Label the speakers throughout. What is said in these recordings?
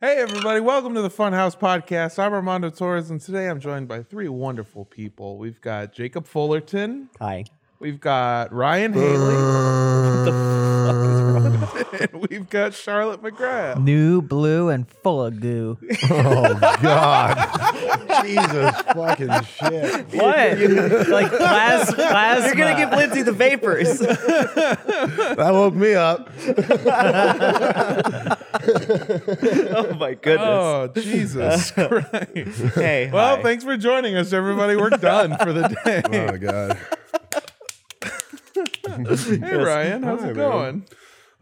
Speaker 1: Hey, everybody, welcome to the Funhouse Podcast. I'm Armando Torres, and today I'm joined by three wonderful people. We've got Jacob Fullerton,
Speaker 2: Hi.
Speaker 1: we've got Ryan Haley, and we've got Charlotte McGrath.
Speaker 2: New, blue, and full of goo.
Speaker 3: Oh God! Jesus fucking shit!
Speaker 2: What? like plas- plasma. You're gonna give Lindsay the vapors.
Speaker 3: That woke me up.
Speaker 2: oh my goodness.
Speaker 1: Oh, Jesus Christ.
Speaker 3: Oh.
Speaker 2: Hey.
Speaker 1: Well,
Speaker 2: hi.
Speaker 1: thanks for joining us, everybody. We're done for the day.
Speaker 3: Oh God!
Speaker 1: Hey, Ryan, how's
Speaker 3: Hi,
Speaker 1: it
Speaker 3: man.
Speaker 1: going?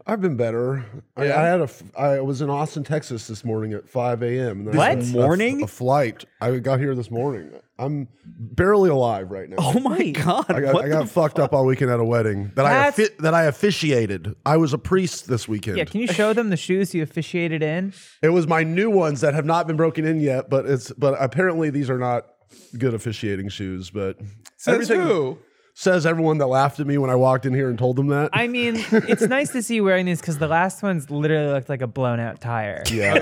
Speaker 3: I've been better. I,
Speaker 1: Yeah?
Speaker 3: I had a. f- I was in Austin, Texas this morning at 5 a.m. and
Speaker 2: What?
Speaker 3: a f-
Speaker 2: Morning?
Speaker 3: A, flight. I got here this morning. I'm barely alive right now.
Speaker 2: Oh my god.
Speaker 3: I got,
Speaker 2: what
Speaker 3: I
Speaker 2: the-
Speaker 3: got fucked up all weekend at a wedding that I
Speaker 2: That's-
Speaker 3: offi- that I officiated. I was a priest this weekend.
Speaker 4: Yeah, can you show them the shoes you officiated in?
Speaker 3: it was my new ones that have not been broken in yet, but it's but apparently these are not good officiating shoes. But
Speaker 1: Says who?
Speaker 3: says everyone that laughed at me when I walked in here and told them that.
Speaker 4: I mean, it's nice to see you wearing these because the last ones literally looked like a blown out tire.
Speaker 3: yeah,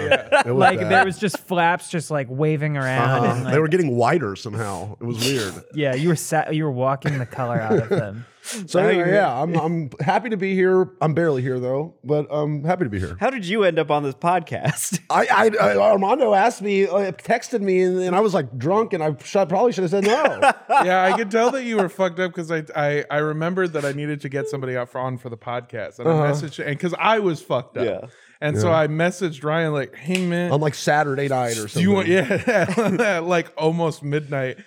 Speaker 3: it was
Speaker 4: Like
Speaker 3: bad.
Speaker 4: there was just flaps just like waving around.
Speaker 3: Uh,
Speaker 4: and, like,
Speaker 3: they were getting wider somehow. It was weird.
Speaker 4: yeah, you were sat, you were walking the color out of them.
Speaker 3: So anyway, yeah, I'm I'm happy to be here. I'm barely here though, but I'm happy to be here.
Speaker 2: How did you end up on this podcast?
Speaker 3: I, I, I Armando asked me, uh, texted me, and, and I was like drunk, and I should, probably should have said no.
Speaker 1: Yeah, I could tell that you were fucked up because I, I I remembered that I needed to get somebody out for, on for the podcast, and I messaged and because I was fucked up,
Speaker 2: Uh-huh. Yeah.
Speaker 1: and so I messaged Ryan like, "Hey man,
Speaker 3: on like Saturday night or something.
Speaker 1: Do you want yeah, like almost midnight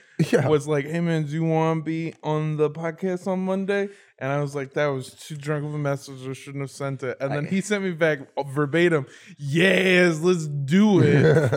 Speaker 1: was like, hey man, do you want to be on the podcast on Monday? And I was like, that was too drunk of a message. I shouldn't have sent it. And then he sent me back verbatim, yes, let's do it.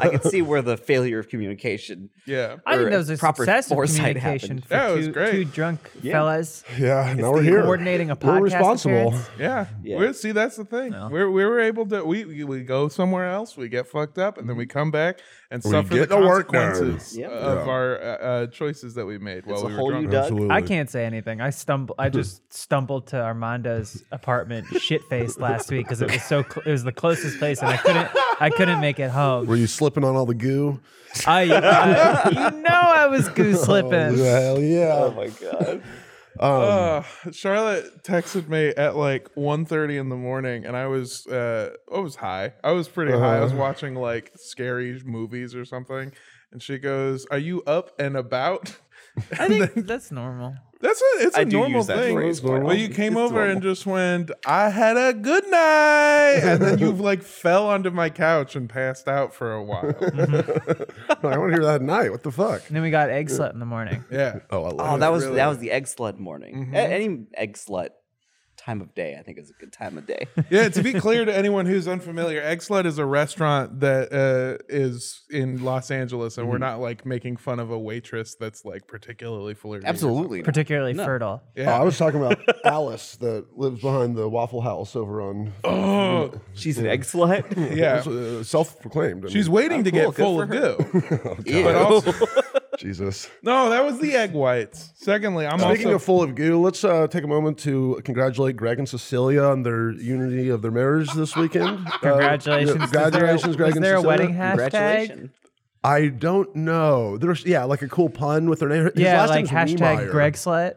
Speaker 2: I could see where the failure of communication.
Speaker 1: yeah.
Speaker 4: I
Speaker 2: Or
Speaker 4: think that was a
Speaker 2: proper
Speaker 4: success of
Speaker 2: foresight
Speaker 4: communication
Speaker 2: happened.
Speaker 4: for
Speaker 1: That was
Speaker 4: two,
Speaker 1: great.
Speaker 4: two drunk fellas
Speaker 3: Yeah, now we're here.
Speaker 4: coordinating a
Speaker 3: We're
Speaker 4: podcast
Speaker 3: responsible.
Speaker 4: appearance.
Speaker 1: Yeah.
Speaker 2: Yeah.
Speaker 1: We're, see, that's the thing. We're, we were able to, we, we- we go somewhere else, we get fucked up, and then we come back and suffer the
Speaker 3: get the work done.
Speaker 1: consequences
Speaker 2: Yep.
Speaker 1: of our uh, uh, choices that we made while
Speaker 2: It's a
Speaker 1: we were
Speaker 2: hole you
Speaker 1: drunk.
Speaker 2: dug.
Speaker 3: Absolutely.
Speaker 4: I can't say anything. I stumble. I just stumbled to Armando's apartment, shit faced last week because it was so. Cl- it was the closest place, and I couldn't. I couldn't make it home.
Speaker 3: Were you slipping on all the goo?
Speaker 4: I, I- you know, I was goose slipping.
Speaker 3: Hell
Speaker 2: Oh
Speaker 3: yeah.
Speaker 2: my god.
Speaker 1: Uh, Charlotte texted me at like 1.30 in the morning, and I was uh, I was high. I was pretty high. I
Speaker 3: Uh-huh.
Speaker 1: was watching like scary movies or something, and she goes, "Are you up and about?"
Speaker 4: I think that's normal.
Speaker 1: That's a it's a
Speaker 2: I do
Speaker 1: normal
Speaker 2: use that
Speaker 1: thing.
Speaker 2: phrase quite
Speaker 1: Well, you
Speaker 2: often.
Speaker 1: came
Speaker 2: It's
Speaker 1: over and
Speaker 2: normal.
Speaker 1: just went, "I had a good night," and then you like fell onto my couch and passed out for a while.
Speaker 3: I want to hear that at night. What the fuck?
Speaker 4: And then we got egg slut in the morning.
Speaker 1: yeah.
Speaker 3: Oh, I love
Speaker 2: Oh,
Speaker 3: it.
Speaker 2: that was
Speaker 1: really-
Speaker 2: that was the egg slut morning. A- any egg slut time of day, I think, is a good time of day.
Speaker 1: yeah, to be clear to anyone who's unfamiliar, Xlet is a restaurant that uh, is in Los Angeles,
Speaker 2: Mm-hmm.
Speaker 1: and we're not like making fun of a waitress that's like particularly flirty. or
Speaker 2: Absolutely.
Speaker 4: Particularly fertile.
Speaker 3: Oh, I was talking about Alice that lives behind the Waffle House over on.
Speaker 2: Oh,
Speaker 1: something.
Speaker 2: She's an egg slut.
Speaker 1: Oh, yeah.
Speaker 3: Uh, self-proclaimed. I
Speaker 1: She's
Speaker 3: mean,
Speaker 1: waiting to
Speaker 2: cool,
Speaker 1: get
Speaker 2: good
Speaker 1: full
Speaker 2: for
Speaker 1: of
Speaker 2: her.
Speaker 1: goo. But
Speaker 2: Ew.
Speaker 1: also,
Speaker 3: Jesus.
Speaker 1: no, that was the egg whites. Secondly, I'm
Speaker 3: Speaking
Speaker 1: also
Speaker 3: of full of goo, let's uh, take a moment to congratulate Greg and Cecilia on their unity of their marriage this weekend. Uh,
Speaker 4: Congratulations.
Speaker 3: yeah,
Speaker 4: Is there a-
Speaker 3: congratulations, Greg
Speaker 4: Is
Speaker 3: and
Speaker 4: there a
Speaker 3: Cecilia.
Speaker 4: wedding hashtag?
Speaker 2: Congratulations.
Speaker 3: I don't know. There's yeah, like a cool pun with their name. His
Speaker 4: Yeah,
Speaker 3: last
Speaker 4: like
Speaker 3: name's
Speaker 4: hashtag
Speaker 3: Niemeyer.
Speaker 4: Greg slut.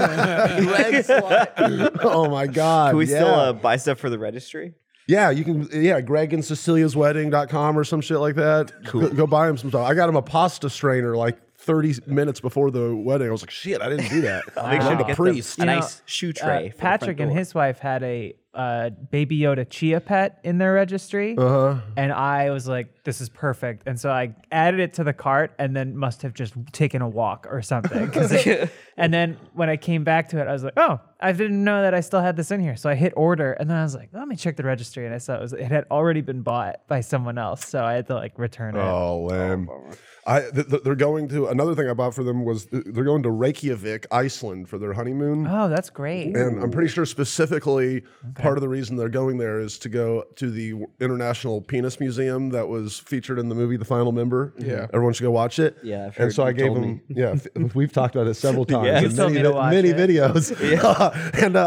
Speaker 2: Egg slut.
Speaker 3: oh my god.
Speaker 2: Can we
Speaker 3: yeah.
Speaker 2: still uh, buy stuff for the registry?
Speaker 3: Yeah, you can. Yeah, Greg and Cecilia's wedding.com or some shit like that. Cool. Go, go buy him some stuff. I got him a pasta strainer like 30 minutes before the wedding. I was like, shit, I didn't do that.
Speaker 2: Make sure
Speaker 3: I'm
Speaker 2: to
Speaker 3: the
Speaker 2: get them
Speaker 3: priest.
Speaker 2: a
Speaker 4: You know,
Speaker 2: nice shoe
Speaker 4: uh,
Speaker 2: tray. for the front
Speaker 4: Patrick and
Speaker 2: door.
Speaker 4: his wife had a uh, Baby Yoda chia pet in their registry. Uh-huh. And I was like, this is perfect. And so I added it to the cart and then must have just taken a walk or something. 'Cause it- and then when I came back to it, I was like, oh, I didn't know that I still had this in here. So I hit order and then I was like, let me check the registry. And I saw it, was, it had already been bought by someone else. So I had to like return it.
Speaker 3: Oh, lame. I, th- th- they're going to another thing I bought for them was th- they're going to Reykjavik, Iceland for their honeymoon.
Speaker 4: Oh, that's great.
Speaker 3: and I'm pretty sure specifically part of the reason they're going there is to go to the International Penis Museum that was featured in the movie The Final Member.
Speaker 1: Yeah.
Speaker 3: Everyone should go watch it.
Speaker 2: Yeah, I've
Speaker 3: and so
Speaker 2: heard
Speaker 3: I
Speaker 2: you
Speaker 3: gave
Speaker 2: told
Speaker 3: him.
Speaker 2: me.
Speaker 3: Yeah, f- we've talked about it several times.
Speaker 2: Yeah.
Speaker 3: in
Speaker 4: You told
Speaker 3: many,
Speaker 4: me to
Speaker 3: vi-
Speaker 4: watch
Speaker 3: many
Speaker 4: it.
Speaker 3: videos. and uh,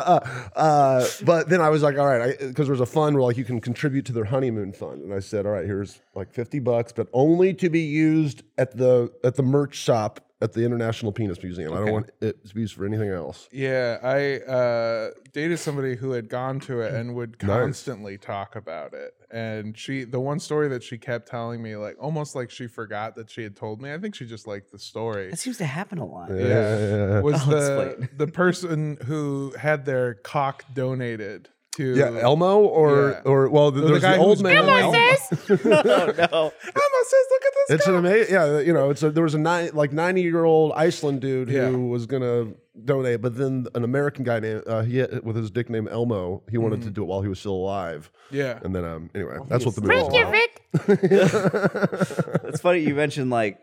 Speaker 3: uh, uh, but then I was like, all right, because there's a fund where like you can contribute to their honeymoon fund, and I said, all right, here's like fifty bucks, but only to be used at the at the merch shop at the International Penis Museum. I don't want it to be used for anything else.
Speaker 1: Yeah, I uh, dated somebody who had gone to it and would constantly talk about it. And she, the one story that she kept telling me, like almost like she forgot that she had told me. I think she just liked the story.
Speaker 2: That seems to happen a lot.
Speaker 3: Yeah, yeah, yeah, yeah.
Speaker 1: Was
Speaker 2: I'll
Speaker 1: the
Speaker 2: explain.
Speaker 1: the person who had their cock donated to?
Speaker 3: Yeah, Elmo or
Speaker 1: Yeah.
Speaker 3: or well, th-
Speaker 1: The
Speaker 3: there's the,
Speaker 1: guy
Speaker 3: old
Speaker 1: who's-
Speaker 3: man.
Speaker 1: Elmo
Speaker 5: says-
Speaker 2: oh no.
Speaker 1: Elmo says, "Look at this."
Speaker 3: It's an amazing, yeah. You know, it's a, there was a nine, like ninety year old Iceland dude
Speaker 1: Yeah.
Speaker 3: who was gonna donate, but then an American guy named uh, he had, with his nickname Elmo, he wanted to do it while he was still alive,
Speaker 1: Mm. yeah,
Speaker 3: and then um, anyway, that's what the movie.
Speaker 5: Break
Speaker 3: Was
Speaker 5: your
Speaker 3: about.
Speaker 5: Rick.
Speaker 2: It's funny you mentioned like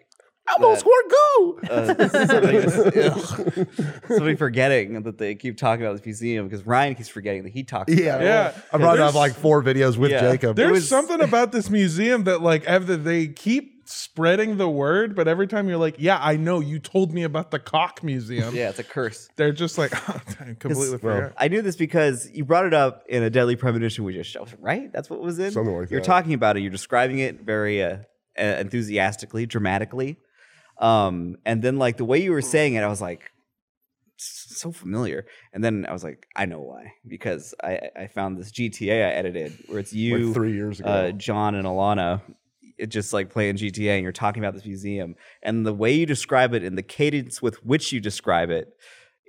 Speaker 3: Elmo scored go.
Speaker 2: uh, somebody, was- ugh. Somebody forgetting that they keep talking about this museum because Ryan keeps forgetting that he talks.
Speaker 3: Yeah,
Speaker 2: about it.
Speaker 1: Yeah.
Speaker 3: I brought
Speaker 1: There's-
Speaker 3: up like four videos with
Speaker 2: Yeah.
Speaker 3: Jacob.
Speaker 1: There's
Speaker 2: was-
Speaker 1: something about this museum that like after they keep spreading the word, but every time you're like, "Yeah, I know you told me about the cock museum."
Speaker 2: yeah, it's a curse.
Speaker 1: They're just like I completely forgot.
Speaker 2: I knew this because you brought it up in a deadly premonition we just showed, right? That's what was in.
Speaker 3: Something like
Speaker 2: You're
Speaker 3: that.
Speaker 2: talking about it. You're describing it very uh, uh, enthusiastically, dramatically, um, and then like the way you were saying it, I was like, "S- so familiar. And then I was like, I know why because I, I- I found this GTA I edited where it's you,
Speaker 3: like three years ago.
Speaker 2: uh, John and Alana it just like playing GTA and you're talking about this museum and the way you describe it and the cadence with which you describe it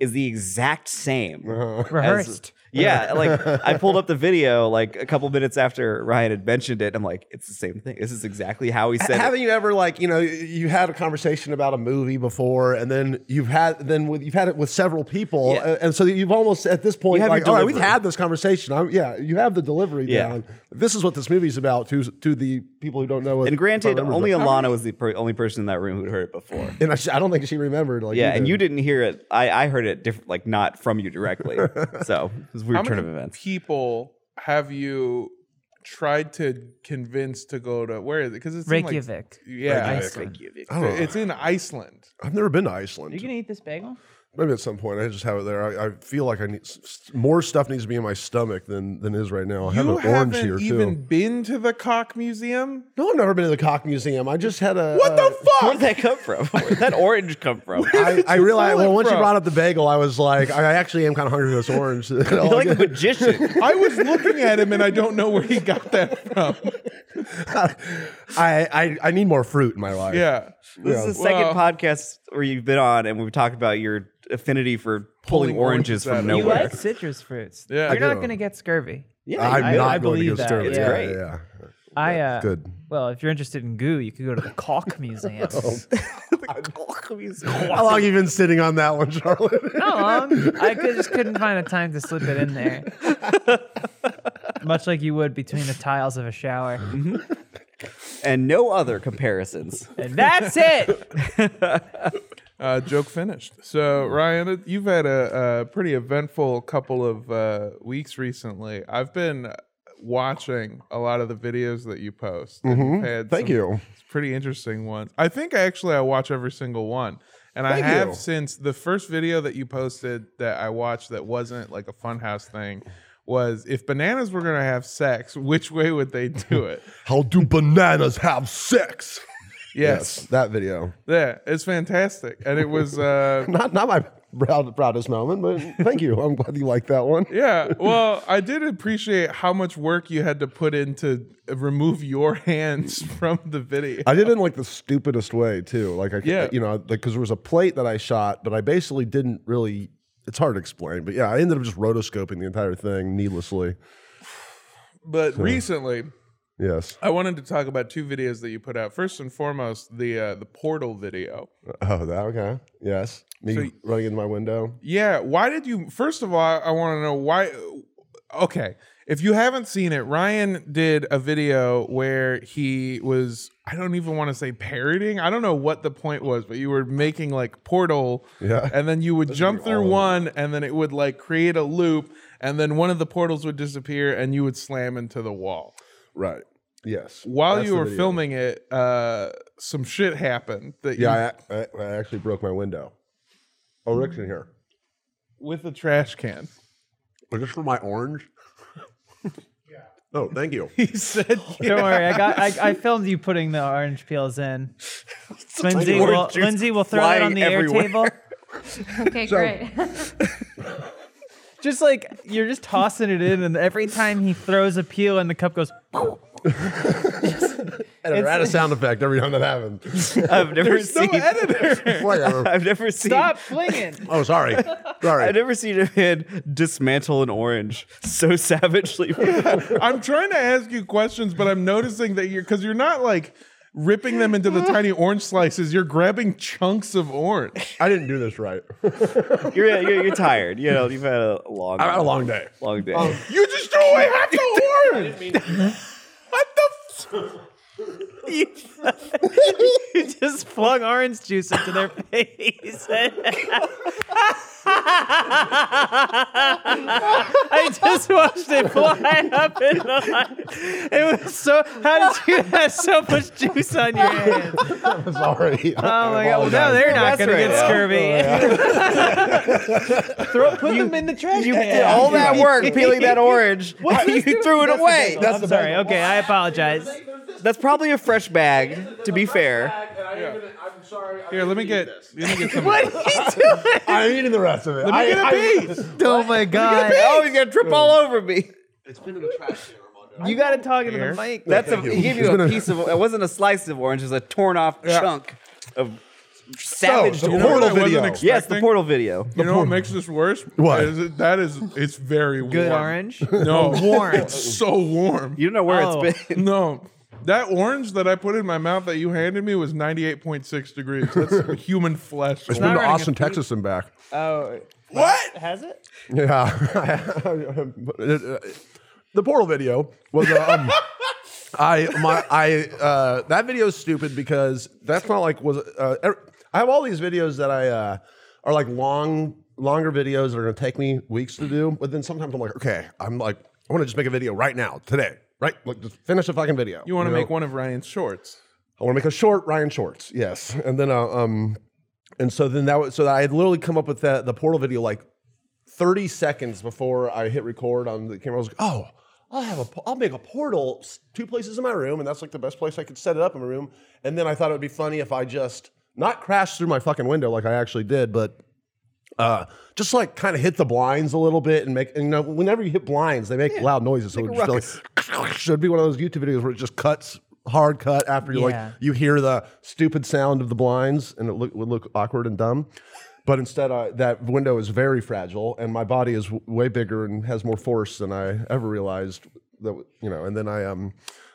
Speaker 2: is the exact same.
Speaker 3: Uh-huh.
Speaker 2: as-
Speaker 4: Rehearsed.
Speaker 2: yeah, like I pulled up the video like a couple minutes after Ryan had mentioned it. I'm like, it's the same thing. This is exactly how he said it.
Speaker 3: Haven't you ever like you know you had a conversation about a movie before, and then you've had then with you've had it with several people,
Speaker 2: Yeah.
Speaker 3: a- and so you've almost at this point
Speaker 2: have your
Speaker 3: like all right, we've
Speaker 2: delivery.
Speaker 3: had this conversation. I'm, yeah, you have the delivery
Speaker 2: Yeah.
Speaker 3: down. This is what this movie's about to to the people who don't know. What,
Speaker 2: And granted,
Speaker 3: if I remember
Speaker 2: only
Speaker 3: the-
Speaker 2: Alana was the per- only person in that room who'd heard it before.
Speaker 3: and I, sh- I don't think she remembered. Like
Speaker 2: Yeah, and you didn't hear it. I, I heard it different, like not from you directly. So it was a weird
Speaker 1: How
Speaker 2: turn
Speaker 1: many
Speaker 2: of events.
Speaker 1: people have you tried to convince to go to where is it? Because it's In like,
Speaker 4: Reykjavik.
Speaker 1: yeah,
Speaker 4: Iceland.
Speaker 3: I don't know.
Speaker 1: it's in Iceland.
Speaker 3: I've never been to Iceland.
Speaker 6: You gonna eat this bagel?
Speaker 3: Maybe at some point I just have it there. I, I feel like I need s- s- more stuff needs to be in my stomach than than is right now. I have
Speaker 1: you
Speaker 3: an orange here
Speaker 1: haven't even
Speaker 3: too.
Speaker 1: been to the cock museum.
Speaker 3: No, I've never been to the Cock Museum. I just had a
Speaker 1: What
Speaker 3: uh,
Speaker 1: the fuck?
Speaker 2: Where did that come from? Where did that orange come from?
Speaker 3: I, I realized
Speaker 1: pull
Speaker 3: well,
Speaker 1: it
Speaker 3: once you
Speaker 1: from?
Speaker 3: brought up the bagel, I was like, I actually am kind of hungry for this orange.
Speaker 2: You're like the magician.
Speaker 1: I was looking at him and I don't know where he got that from.
Speaker 3: I, I I need more fruit in my life.
Speaker 1: Yeah.
Speaker 2: This
Speaker 3: Yeah.
Speaker 2: is the second
Speaker 1: Well-
Speaker 2: podcast where you've been on, and we've talked about your affinity for pulling,
Speaker 1: Pulling oranges
Speaker 2: oranges
Speaker 1: out
Speaker 2: from
Speaker 1: of-
Speaker 4: You
Speaker 2: nowhere.
Speaker 4: like citrus fruits.
Speaker 1: Yeah. I
Speaker 4: You're not
Speaker 3: do.
Speaker 4: going to get scurvy.
Speaker 2: yeah,
Speaker 3: I'm
Speaker 4: I-
Speaker 3: not
Speaker 4: I
Speaker 3: going to
Speaker 4: believe
Speaker 3: get
Speaker 4: that,
Speaker 3: started.
Speaker 4: yeah.
Speaker 2: Great.
Speaker 3: yeah,
Speaker 4: I uh,
Speaker 3: Good.
Speaker 4: Well, if you're interested in goo, you could go to the Kalk Museum.
Speaker 2: Oh.
Speaker 3: How long you been sitting on that one, Charlotte?
Speaker 4: How long? I could, just couldn't find a time to slip it in there. Much like you would between the tiles of a shower.
Speaker 2: and no other comparisons.
Speaker 4: And that's it.
Speaker 1: Uh, joke finished. So Ryan, it- you've had a, a pretty eventful couple of uh, weeks recently. I've been watching a lot of the videos that you post. and you've had
Speaker 3: Mm-hmm. Thank
Speaker 1: some
Speaker 3: you.
Speaker 1: pretty interesting ones. I think I actually I watch every single one, and
Speaker 3: Thank
Speaker 1: I have
Speaker 3: you.
Speaker 1: since the first video that you posted that I watched that wasn't like a funhouse thing. Was if bananas were gonna have sex, which way would they do it?
Speaker 3: How do bananas have sex?
Speaker 1: Yes,
Speaker 3: that video.
Speaker 1: yeah, it's fantastic, and it was uh,
Speaker 3: Not not my proud, proudest moment, but thank you. I'm glad you liked that one.
Speaker 1: Yeah, well, I did appreciate how much work you had to put in to remove your hands from the video.
Speaker 3: I did it in like the stupidest way too. Like I,
Speaker 1: Yeah.
Speaker 3: you know, like because there was a plate that I shot, but I basically didn't really. It's hard to explain, but yeah, I ended up just rotoscoping the entire thing needlessly.
Speaker 1: But recently,
Speaker 3: Yes.
Speaker 1: I wanted to talk about two videos that you put out. First and foremost, the uh, the portal video.
Speaker 3: Oh, that okay. Yes. Me
Speaker 1: So y-
Speaker 3: running into my window.
Speaker 1: Yeah, why did you? First of all, I, I want to know why. Okay, if you haven't seen it, Ryan did a video where he was. I don't even want to say parodying. I don't know what the point was, but you were making like portal,
Speaker 3: Yeah.
Speaker 1: and then you would jump through one, and then it would like create a loop, and then one of the portals would disappear, and you would slam into the wall.
Speaker 3: Right. Yes.
Speaker 1: While
Speaker 3: That's
Speaker 1: you
Speaker 3: the
Speaker 1: were
Speaker 3: video.
Speaker 1: filming it, uh, some shit happened that you,
Speaker 3: Yeah, I, I, I actually broke my window. Oh, Rick's in here.
Speaker 1: with a trash can.
Speaker 3: But just for my orange. yeah. Oh, thank you.
Speaker 1: He said,
Speaker 4: Don't worry, I got. I, I filmed you putting the orange peels in. Lindsay
Speaker 2: orange
Speaker 4: will.
Speaker 2: juice
Speaker 4: Lindsay will throw it on
Speaker 2: flying
Speaker 4: the
Speaker 2: everywhere.
Speaker 4: air table.
Speaker 5: Okay, great.
Speaker 4: Just like you're just tossing it in, and every time he throws a peel, and the cup goes.
Speaker 3: And I add a sound effect every time that happens.
Speaker 2: I've never seen.
Speaker 3: Whatever.
Speaker 2: I've never seen.
Speaker 4: Stop flinging.
Speaker 3: Oh, sorry.
Speaker 2: I've
Speaker 3: Sorry.
Speaker 2: never seen a man dismantle an orange so savagely.
Speaker 1: I'm trying to ask you questions, but I'm noticing that you're because you're not like ripping them into the tiny orange slices. You're grabbing chunks of orange.
Speaker 3: I didn't do this right.
Speaker 2: you're, you're you're tired. You know you've had a long.
Speaker 3: I had a long day.
Speaker 2: long day.
Speaker 1: You just threw away half the orange. what the? F-
Speaker 4: You just flung orange juice into their face. I just watched it fly up in the light. It was so. How did you have so much juice on your hands?
Speaker 3: Sorry.
Speaker 4: Oh my god! Well, now they're not
Speaker 2: That's
Speaker 4: going
Speaker 2: right,
Speaker 4: to get
Speaker 2: yeah.
Speaker 4: scurvy. Throw, put them in the trash
Speaker 2: You
Speaker 4: can.
Speaker 2: did all that work peeling that orange. you threw it away. That's,
Speaker 4: I'm sorry. Okay, I apologize.
Speaker 2: that's probably a fresh bag. To be fair,
Speaker 3: I'm sorry.
Speaker 1: Here, let me get. Let me get some.
Speaker 4: What are you doing?
Speaker 3: I'm eating the rest of it.
Speaker 1: Let me get a
Speaker 3: I-
Speaker 1: piece.
Speaker 4: Oh my god!
Speaker 2: oh, he's gonna trip all over me.
Speaker 4: You got to talk into the mic.
Speaker 2: That's a,
Speaker 3: Thank you.
Speaker 2: he gave
Speaker 3: It's
Speaker 2: you
Speaker 3: been
Speaker 2: a
Speaker 3: a-
Speaker 2: piece of. It wasn't a slice of orange. It was a torn off chunk of
Speaker 3: So,
Speaker 2: savage.
Speaker 3: the
Speaker 2: orange.
Speaker 1: what I
Speaker 3: portal
Speaker 1: wasn't
Speaker 3: video.
Speaker 1: expecting?
Speaker 2: yes, the portal video.
Speaker 1: You know what makes this worse?
Speaker 3: What?
Speaker 1: Is it, that is, it's very warm.
Speaker 4: Good orange.
Speaker 1: No,
Speaker 4: Warm.
Speaker 1: It's so warm.
Speaker 2: You don't know where
Speaker 4: Oh.
Speaker 2: it's been.
Speaker 1: No, that orange that I put in my mouth that you handed me was 98.6 degrees. That's human flesh.
Speaker 3: It's been to
Speaker 4: running a
Speaker 3: Austin,
Speaker 4: feed.
Speaker 3: Texas, and back.
Speaker 4: Oh,
Speaker 1: What?
Speaker 4: has it?
Speaker 3: Yeah. the portal video was uh, um, I my I uh, that video is stupid because that's not like was uh, er- I have all these videos that I uh, are like long longer videos that are gonna take me weeks to do, but then sometimes I'm like, okay, I'm like I want to just make a video right now today, right? Like just finish the fucking video.
Speaker 1: You want to
Speaker 3: know?
Speaker 1: make one of Ryan's shorts?
Speaker 3: I want to make a short Ryan Shorts, yes. And then uh, um, and so then that was so I had literally come up with that the portal video like thirty seconds before I hit record on the camera. I was like, oh, I'll have a po- I'll make a portal s- two places in my room, and that's like the best place I could set it up in my room. And then I thought it would be funny if I just not crashed through my fucking window like I actually did, but uh, just like kind of hit the blinds a little bit and make, and, you know, whenever you hit blinds, they make loud noises. So it would just be like, should be one of those YouTube videos where it just cuts hard cut after you
Speaker 4: Yeah.
Speaker 3: like, you hear the stupid sound of the blinds and it look, would look awkward and dumb. But instead, I, that window is very fragile and my body is w- way bigger and has more force than I ever realized that, w- you know, and then I, um,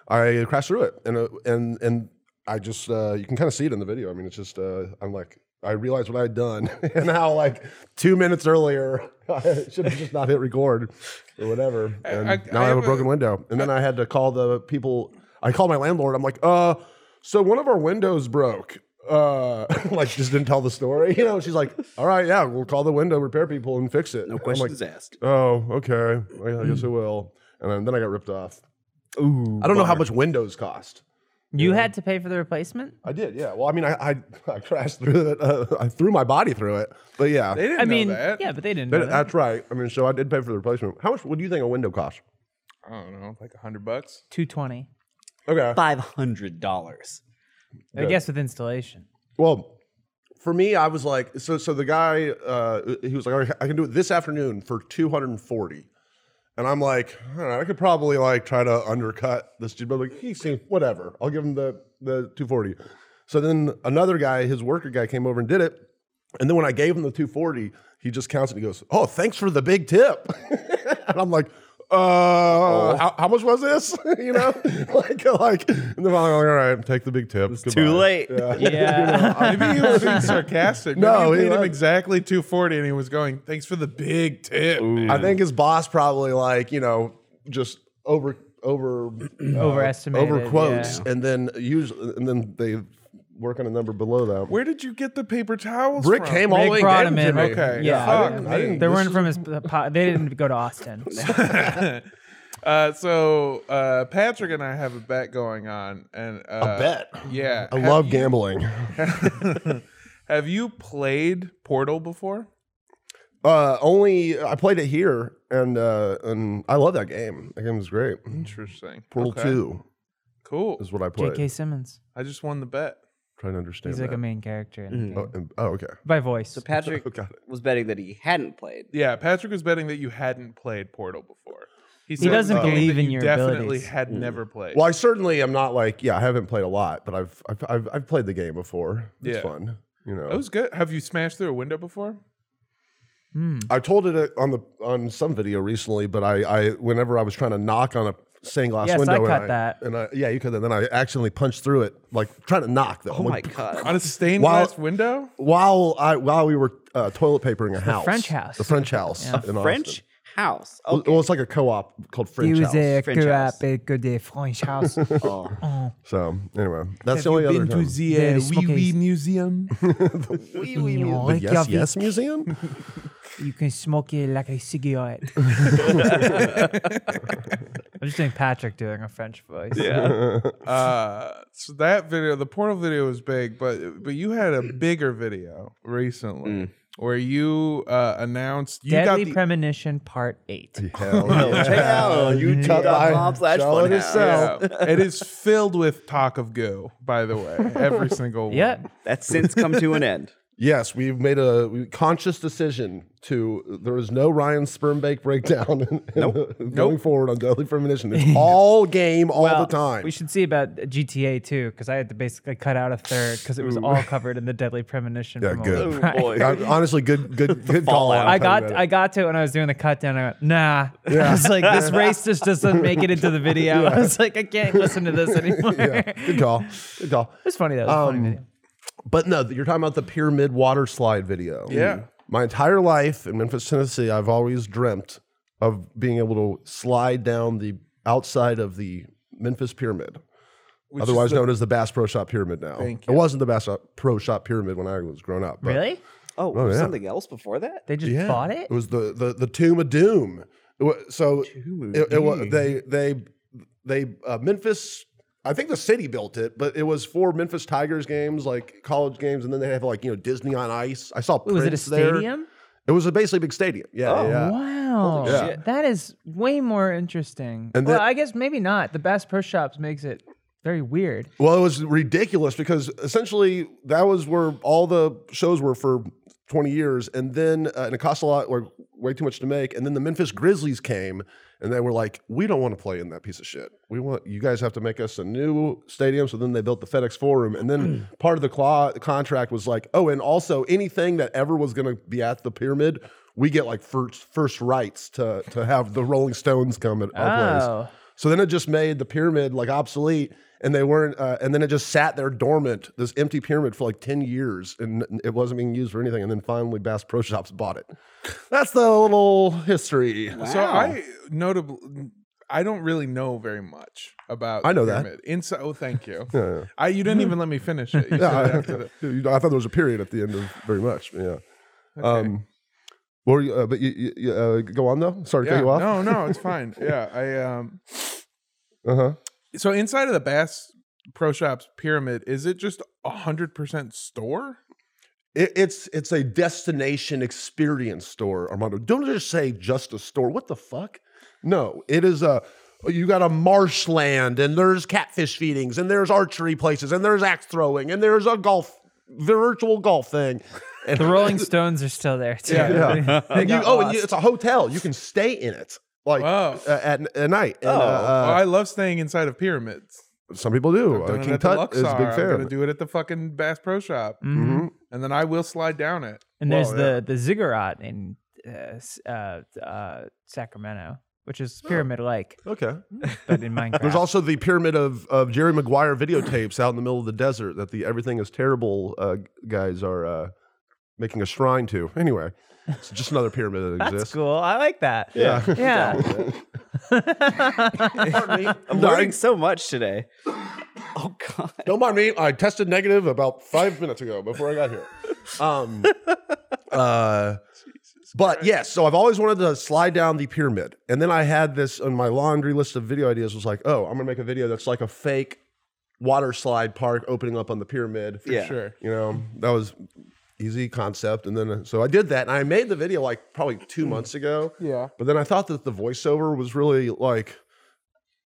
Speaker 3: I crashed through it and, uh, and, and I just, uh, you can kind of see it in the video. I mean, it's just, uh, I'm like, I realized what I had done and how like two minutes earlier I should have just not hit record or whatever. And
Speaker 1: I-
Speaker 3: now
Speaker 1: I
Speaker 3: I have
Speaker 1: have
Speaker 3: a
Speaker 1: a-
Speaker 3: broken window. And then I had to call the people. I called my landlord. I'm like, uh, so one of our windows broke. Uh, like just didn't tell the story. You know, she's like, all right, yeah, we'll call the window repair people and fix it. No
Speaker 2: Questions asked.
Speaker 3: oh, okay. I I guess I will. And then, then I got ripped off. Ooh. I don't know how much windows cost.
Speaker 4: You had to pay for the replacement.
Speaker 3: I did, yeah. Well, I mean, I I, I crashed through it. Uh, I threw my body through it. But yeah,
Speaker 1: They didn't
Speaker 4: I
Speaker 1: know
Speaker 4: mean,
Speaker 1: that.
Speaker 4: yeah, but they didn't. Know
Speaker 3: That-
Speaker 4: that.
Speaker 3: that's right. I mean, so I did pay for the replacement. How much? What do you think a window cost?
Speaker 1: I don't know, like a hundred bucks.
Speaker 4: Two twenty.
Speaker 3: Okay.
Speaker 2: Five hundred dollars.
Speaker 4: I guess with installation.
Speaker 3: Well, for me, I was like, so so the guy, uh, he was like, "Okay, I can do it this afternoon for two hundred and forty, and I'm like, all right, I could probably like try to undercut this dude, but I'm like he seems whatever. I'll give him the the two forty. So then another guy, his worker guy, came over and did it, and then when I gave him the two forty, he just counts it. and He goes, oh, thanks for the big tip, and I'm like.
Speaker 2: Oh.
Speaker 3: Uh, how, how much was this? you know, like, like, and then I'm like, all right, take the big tip. It's
Speaker 2: Too late.
Speaker 4: Yeah.
Speaker 1: Maybe he was being sarcastic. Maybe you
Speaker 3: No, he
Speaker 1: paid him
Speaker 3: was.
Speaker 1: exactly two forty, and he was going, "Thanks for the big tip." man."
Speaker 3: I think his boss probably like you know just over over uh,
Speaker 4: Overestimated,
Speaker 3: over quotes,
Speaker 4: yeah.
Speaker 3: and then usually and then they working a number below that.
Speaker 1: Where did you get the paper towels?
Speaker 3: Rick
Speaker 1: from?
Speaker 3: came all the way
Speaker 4: Rick brought
Speaker 3: down
Speaker 4: him
Speaker 3: to
Speaker 4: in.
Speaker 3: me.
Speaker 1: Okay.
Speaker 4: Yeah.
Speaker 3: I
Speaker 1: Fuck
Speaker 3: didn't-
Speaker 1: me.
Speaker 3: I didn't-
Speaker 4: They
Speaker 3: this
Speaker 4: weren't
Speaker 3: is-
Speaker 4: from his. po- They didn't go to Austin.
Speaker 1: uh, so uh, Patrick and I have a bet going on, and uh,
Speaker 3: A bet.
Speaker 1: Yeah,
Speaker 3: I
Speaker 1: Have
Speaker 3: love
Speaker 1: you-
Speaker 3: gambling.
Speaker 1: Have you played Portal before?
Speaker 3: Uh, only I played it here, and uh, and I love that game. That game is great.
Speaker 1: Interesting.
Speaker 3: Portal
Speaker 1: Okay.
Speaker 3: Two
Speaker 1: Cool.
Speaker 3: is what I played.
Speaker 4: J.K. Simmons.
Speaker 1: I just won the bet.
Speaker 3: Trying to understand.
Speaker 4: He's like
Speaker 3: that.
Speaker 4: a main character in the game.
Speaker 3: Oh, and- oh, okay.
Speaker 4: by voice.
Speaker 2: So Patrick
Speaker 3: Got it.
Speaker 2: was betting that he hadn't played.
Speaker 1: Yeah, Patrick was betting that you hadn't played Portal before.
Speaker 4: He doesn't
Speaker 1: it's a game
Speaker 4: believe
Speaker 1: that
Speaker 4: in
Speaker 1: you
Speaker 4: your
Speaker 1: definitely
Speaker 4: abilities.
Speaker 1: had never played.
Speaker 3: Well, I certainly am not like yeah. I haven't played a lot, but I've I've I've, I've played the game before. It's
Speaker 1: Yeah.
Speaker 3: fun. You know,
Speaker 1: That was good. Have you smashed through a window before?
Speaker 3: I told it uh, on the on some video recently, but I I whenever I was trying to knock on a stained glass
Speaker 4: Yes, I
Speaker 3: window, and
Speaker 4: cut that.
Speaker 3: and I yeah, you cut that. Then I accidentally punched through it, like trying to knock. Though,
Speaker 2: Oh my god!
Speaker 1: On a stained
Speaker 3: While-
Speaker 1: glass window?
Speaker 3: While I while we were uh, toilet papering a house,
Speaker 4: French house.
Speaker 3: the French house,
Speaker 4: Yeah.
Speaker 3: in
Speaker 2: French
Speaker 3: Austin.
Speaker 2: house.
Speaker 3: Well,
Speaker 2: Okay.
Speaker 3: Well, it's like a co-op called French House.
Speaker 2: French house.
Speaker 4: eh, French house.
Speaker 2: Oh.
Speaker 3: So anyway, that's the only other time.
Speaker 1: the
Speaker 4: Yeah, the Wee Wee smokies.
Speaker 1: museum?
Speaker 3: The yes, yes museum.
Speaker 4: You can smoke it like a cigarette. I'm just doing Patrick doing a French voice.
Speaker 2: Yeah.
Speaker 1: uh, so that video, the portal video was big, but but you had a bigger video recently
Speaker 3: Mm.
Speaker 1: where you uh, announced you
Speaker 4: Deadly
Speaker 1: got the
Speaker 4: Premonition Part 8.
Speaker 3: Hell yeah.
Speaker 2: Check it out on youtube.com slash
Speaker 3: Shall it
Speaker 2: funhouse.
Speaker 3: itself.
Speaker 1: Yeah. it is filled with talk of goo, by the way, every single one.
Speaker 4: Yeah.
Speaker 2: That's since come to an end.
Speaker 3: Yes, we've made a we- conscious decision to there is no Ryan sperm bank breakdown in- in the- going forward on Deadly Premonition. It's all game all
Speaker 4: Well,
Speaker 3: the time.
Speaker 4: We should see about GTA too, because I had to basically cut out a third because it was all covered in the Deadly Premonition.
Speaker 3: Yeah,
Speaker 4: from
Speaker 3: good.
Speaker 4: all the
Speaker 2: Oh
Speaker 4: prior-
Speaker 2: boy.
Speaker 3: I- honestly, good, good, good call. out.
Speaker 2: fallout.
Speaker 4: I got I got to it when I was doing the cut down. I went, nah. I was like, this race just doesn't make it into the video. I was like, I can't listen to this anymore.
Speaker 3: yeah, Um, good call, good call.
Speaker 4: It's funny though. It was a funny video.
Speaker 3: But no, you're talking about the pyramid water slide video.
Speaker 1: Yeah.
Speaker 3: My entire life in Memphis, Tennessee, I've always dreamt of being able to slide down the outside of the Memphis Pyramid,
Speaker 1: Which is
Speaker 3: otherwise
Speaker 1: the-
Speaker 3: known as the Bass Pro Shop Pyramid now.
Speaker 1: Thank
Speaker 3: It wasn't the Bass Pro Shop Pyramid when I was growing up. but-
Speaker 4: Really?
Speaker 2: Oh,
Speaker 3: yeah.
Speaker 2: something else before that?
Speaker 4: They just bought it?
Speaker 3: It was the the, the Tomb of Doom. It wa- So it, it was, they they they uh, Memphis. I think the city built it, but it was for Memphis Tigers games, like college games, and then they have like you know Disney on Ice. I saw.
Speaker 4: Wait, was it a
Speaker 3: Prince there.
Speaker 4: stadium?
Speaker 3: It was a basically big stadium. Yeah,
Speaker 2: Oh,
Speaker 3: yeah.
Speaker 4: Wow.
Speaker 2: Holy Yeah. shit.
Speaker 4: That is way more interesting.
Speaker 3: And
Speaker 4: well,
Speaker 3: that-
Speaker 4: I guess maybe not. The Bass Pro Shops makes it very weird.
Speaker 3: Well, it was ridiculous because essentially that was where all the shows were for 20 years, and then uh, and it cost a lot, or way too much to make, and then the Memphis Grizzlies came, and they were like, "We don't want to play in that piece of shit. We want you guys have to make us a new stadium." So then they built the FedEx Forum, and then part of the claw contract was like, "Oh, and also anything that ever was going to be at the pyramid." We get like first first rights to to have the Rolling Stones come at our place.
Speaker 4: Oh.
Speaker 3: So then it just made the pyramid like obsolete, and they weren't. Uh, and then it just sat there dormant, this empty pyramid for like ten years, and it wasn't being used for anything. And then finally, Bass Pro Shops bought it. That's the little history.
Speaker 1: So I notably, I don't really know very much about.
Speaker 3: I know
Speaker 1: the
Speaker 3: that.
Speaker 1: pyramid. Inside. Oh, thank you. I you didn't even let me finish it. You
Speaker 3: Yeah,
Speaker 1: said it
Speaker 3: I,
Speaker 1: after the-
Speaker 3: you know, I thought there was a period at the end of very much. Yeah. Um, what were you, uh, but you, you- you, uh, go on though. Sorry to
Speaker 1: yeah.
Speaker 3: cut you off.
Speaker 1: No, no, it's fine. Yeah, I um.
Speaker 3: Uh huh.
Speaker 1: So inside of the Bass Pro Shops pyramid, is it just a hundred percent store?
Speaker 3: It, it's it's a destination experience store, Armando. Don't just say just a store. What the fuck? No, it is a. You got a marshland, and there's catfish feedings, and there's archery places, and there's axe throwing, and there's a golf virtual golf thing. And
Speaker 4: The Rolling Stones are still there too.
Speaker 3: Yeah.
Speaker 4: They
Speaker 3: and you,
Speaker 4: got
Speaker 3: oh, and you,
Speaker 4: lost.
Speaker 3: it's a hotel. You can stay in it, like
Speaker 1: Wow.
Speaker 3: uh, at, at night. And, uh,
Speaker 1: oh,
Speaker 3: uh,
Speaker 1: I love staying inside of pyramids.
Speaker 3: some people do.
Speaker 1: I've done
Speaker 3: Uh,
Speaker 1: it
Speaker 3: King
Speaker 1: at the
Speaker 3: Tut is a
Speaker 1: Luxor.
Speaker 3: big Mm.
Speaker 1: I'm
Speaker 3: fan.
Speaker 1: gonna do it at the fucking Bass Pro Shop,
Speaker 3: Mm-hmm.
Speaker 4: Mhm.
Speaker 1: and then I will slide down it.
Speaker 4: And there's the the ziggurat in uh, s- uh, uh, Sacramento, which is pyramid like,
Speaker 3: Okay.
Speaker 4: but in Minecraft.
Speaker 3: There's also the pyramid of, of Jerry Maguire videotapes out in the middle of the desert that the Everything is Terrible uh, guys are uh, making a shrine to. Anyway, it's just another pyramid that
Speaker 4: That's
Speaker 3: exists.
Speaker 4: cool. I like that.
Speaker 3: Yeah.
Speaker 4: Yeah.
Speaker 2: I'm learning so much today. Oh God.
Speaker 3: Don't mind me. I tested negative about five minutes ago before I got here. Um, uh, but yes, so I've always wanted to slide down the pyramid, and then I had this on my laundry list of video ideas. Was like, oh, I'm gonna make a video that's like a fake water slide park opening up on the pyramid.
Speaker 2: Yeah.
Speaker 1: Sure.
Speaker 3: You know, that was easy concept, and then uh, so I did that, and I made the video like probably two
Speaker 2: Hmm.
Speaker 3: months ago.
Speaker 1: Yeah.
Speaker 3: But then I thought that the voiceover was really like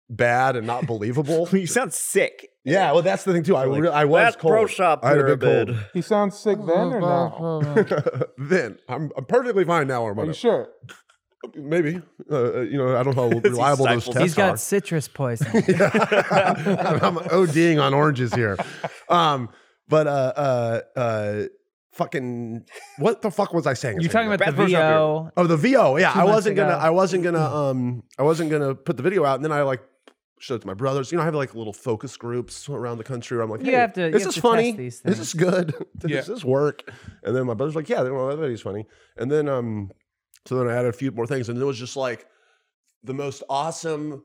Speaker 3: bad and not believable.
Speaker 2: You sound sick.
Speaker 3: Yeah, well, that's the thing too. I
Speaker 2: Like,
Speaker 3: re- I was
Speaker 2: that
Speaker 3: cold.
Speaker 2: pro shop
Speaker 3: I had a big
Speaker 2: pyramid.
Speaker 3: cold.
Speaker 1: He sounds sick then or now?
Speaker 3: then I'm, I'm perfectly fine now,
Speaker 1: Are you
Speaker 3: Armando.
Speaker 1: sure?
Speaker 3: Maybe uh, you know I don't know how reliable those
Speaker 2: stifled.
Speaker 3: tests
Speaker 4: He's got
Speaker 3: are.
Speaker 4: citrus poisoning.
Speaker 3: I'm, I'm ODing on oranges here. Um, but uh, uh, uh, fucking, what the fuck was I saying?
Speaker 4: You're talking about the
Speaker 2: Bad version of
Speaker 4: VO.
Speaker 3: Oh, the VO. Yeah, I
Speaker 4: months
Speaker 3: wasn't gonna.
Speaker 4: ago.
Speaker 3: I wasn't gonna. Um, I wasn't gonna put the video out, and then I like showed it to my brothers. You know, I have like little focus groups around the country. Where I'm like,
Speaker 4: You
Speaker 3: hey,
Speaker 4: have to- you have
Speaker 3: Is this
Speaker 4: to
Speaker 3: funny?
Speaker 4: test these
Speaker 3: is this good? Does
Speaker 1: Yeah.
Speaker 3: this work? And then my brothers were like, yeah, well, that video's funny. And then um, so then I added a few more things, and it was just like the most awesome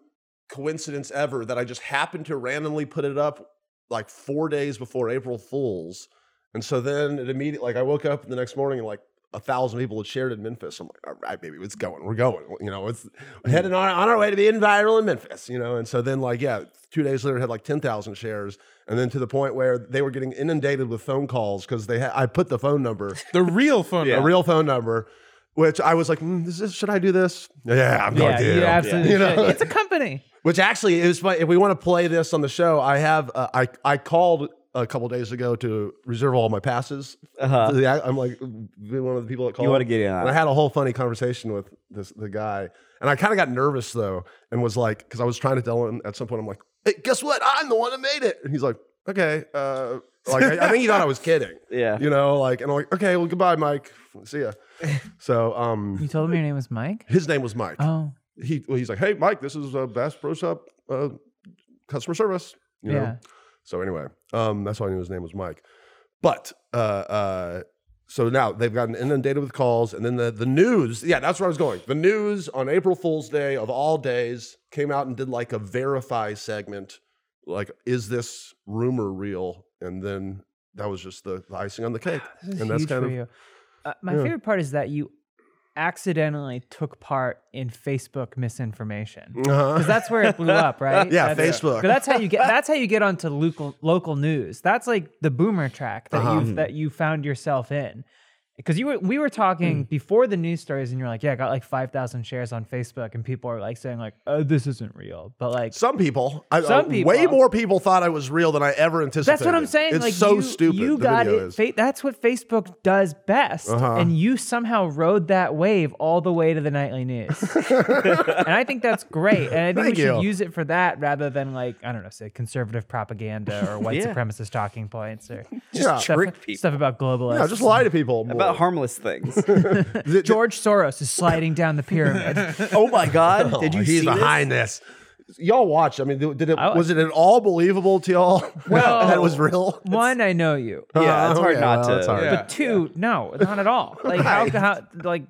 Speaker 3: coincidence ever that I just happened to randomly put it up like four days before April Fools. And so then it immediately, like I woke up the next morning and like a thousand people had shared in Memphis. I'm like, all right, baby, it's going, we're going. You know, it's
Speaker 4: Mm-hmm.
Speaker 3: we're heading on, on our way to being viral in Memphis, you know? And so then like, yeah, two days later it had like 10,000 shares. And then to the point where they were getting inundated with phone calls because they had, I put the phone number
Speaker 1: The real phone.
Speaker 2: Yeah.
Speaker 3: a real phone number, which I was like, mm, is this, should I do this? Yeah, I'm going
Speaker 4: yeah,
Speaker 3: to.
Speaker 4: you absolutely
Speaker 3: You know?
Speaker 4: should. It's a company.
Speaker 3: Which actually is funny. If we want to play this on the show, I have uh, I I called a couple days ago to reserve all my passes.
Speaker 2: Uh-huh.
Speaker 3: So, yeah, I'm like be one of the people that called.
Speaker 2: wanna get in on
Speaker 3: And I
Speaker 2: it.
Speaker 3: had a whole funny conversation with this the guy, and I kind of got nervous though, and was like, because I was trying to tell him at some point, I'm like, hey, guess what? I'm the one that made it, and he's like, okay, uh, like I, I think he thought I was kidding.
Speaker 2: Yeah.
Speaker 3: You know, like, and I'm like, okay, well, goodbye, Mike. See ya. So, um,
Speaker 4: You told me your name was Mike?
Speaker 3: his name was Mike
Speaker 4: Oh,
Speaker 3: he well, he's like, "Hey, Mike, this is uh, Bass Pro Shop uh, customer service." You know?
Speaker 4: yeah.
Speaker 3: So anyway, um, that's why I knew his name was Mike. But uh, uh, so now they've gotten inundated with calls, and then the the news. Yeah, that's where I was going. The news on April Fool's Day of all days came out and did like a verify segment, like, "Is this rumor real?" And then that was just the, the icing on the cake,
Speaker 4: This is
Speaker 3: and that's
Speaker 4: huge
Speaker 3: kind
Speaker 4: for
Speaker 3: of
Speaker 4: you. Uh, my
Speaker 3: yeah.
Speaker 4: favorite part is that you accidentally took part in Facebook misinformation.
Speaker 3: uh-huh.
Speaker 4: Because that's where it blew up, right?
Speaker 3: Yeah,
Speaker 4: That's-
Speaker 3: Facebook.
Speaker 4: 'cause That's how you get. That's how you get onto local local news. That's like the boomer track
Speaker 3: Uh-huh.
Speaker 4: that you
Speaker 3: Mm-hmm.
Speaker 4: that you found yourself in. Because you were, we were talking
Speaker 3: Mm.
Speaker 4: before the news stories, and you're like, "Yeah, I got like five thousand shares on Facebook," and people are like saying, "Like, oh, this isn't real," but like,
Speaker 3: Some people, I,
Speaker 4: Some
Speaker 3: uh,
Speaker 4: people.
Speaker 3: way more people thought I was real than I ever anticipated.
Speaker 4: That's what I'm saying.
Speaker 3: It's
Speaker 4: like
Speaker 3: so
Speaker 4: you,
Speaker 3: stupid.
Speaker 4: You
Speaker 3: the
Speaker 4: got
Speaker 3: video
Speaker 4: it.
Speaker 3: is. Uh-huh.
Speaker 4: Fa- that's what Facebook does best, and you somehow rode that wave all the way to the nightly news. and I think that's great. And I think
Speaker 3: Thank
Speaker 4: we
Speaker 3: you.
Speaker 4: should use it for that rather than like I don't know, say conservative propaganda or white
Speaker 2: Yeah.
Speaker 4: supremacist talking points or
Speaker 3: yeah.
Speaker 4: stuff,
Speaker 2: Trick people.
Speaker 4: stuff about globalists.
Speaker 3: yeah, just lie to people. more.
Speaker 2: About harmless things.
Speaker 3: Th- th-
Speaker 4: George Soros is sliding down the pyramid.
Speaker 2: oh my God! Did you
Speaker 3: Oh,
Speaker 2: see
Speaker 3: he's
Speaker 2: this?
Speaker 3: behind this? Y'all watch. I mean, th- did it?
Speaker 4: I-
Speaker 3: was it at all believable to y'all
Speaker 4: Well-
Speaker 3: that it was real?
Speaker 4: One, I know you.
Speaker 2: Yeah,
Speaker 3: Uh,
Speaker 2: it's hard
Speaker 3: okay,
Speaker 2: not
Speaker 3: well,
Speaker 2: to.
Speaker 3: it's hard.
Speaker 1: Yeah.
Speaker 4: Two, no, not at all. Like how, how like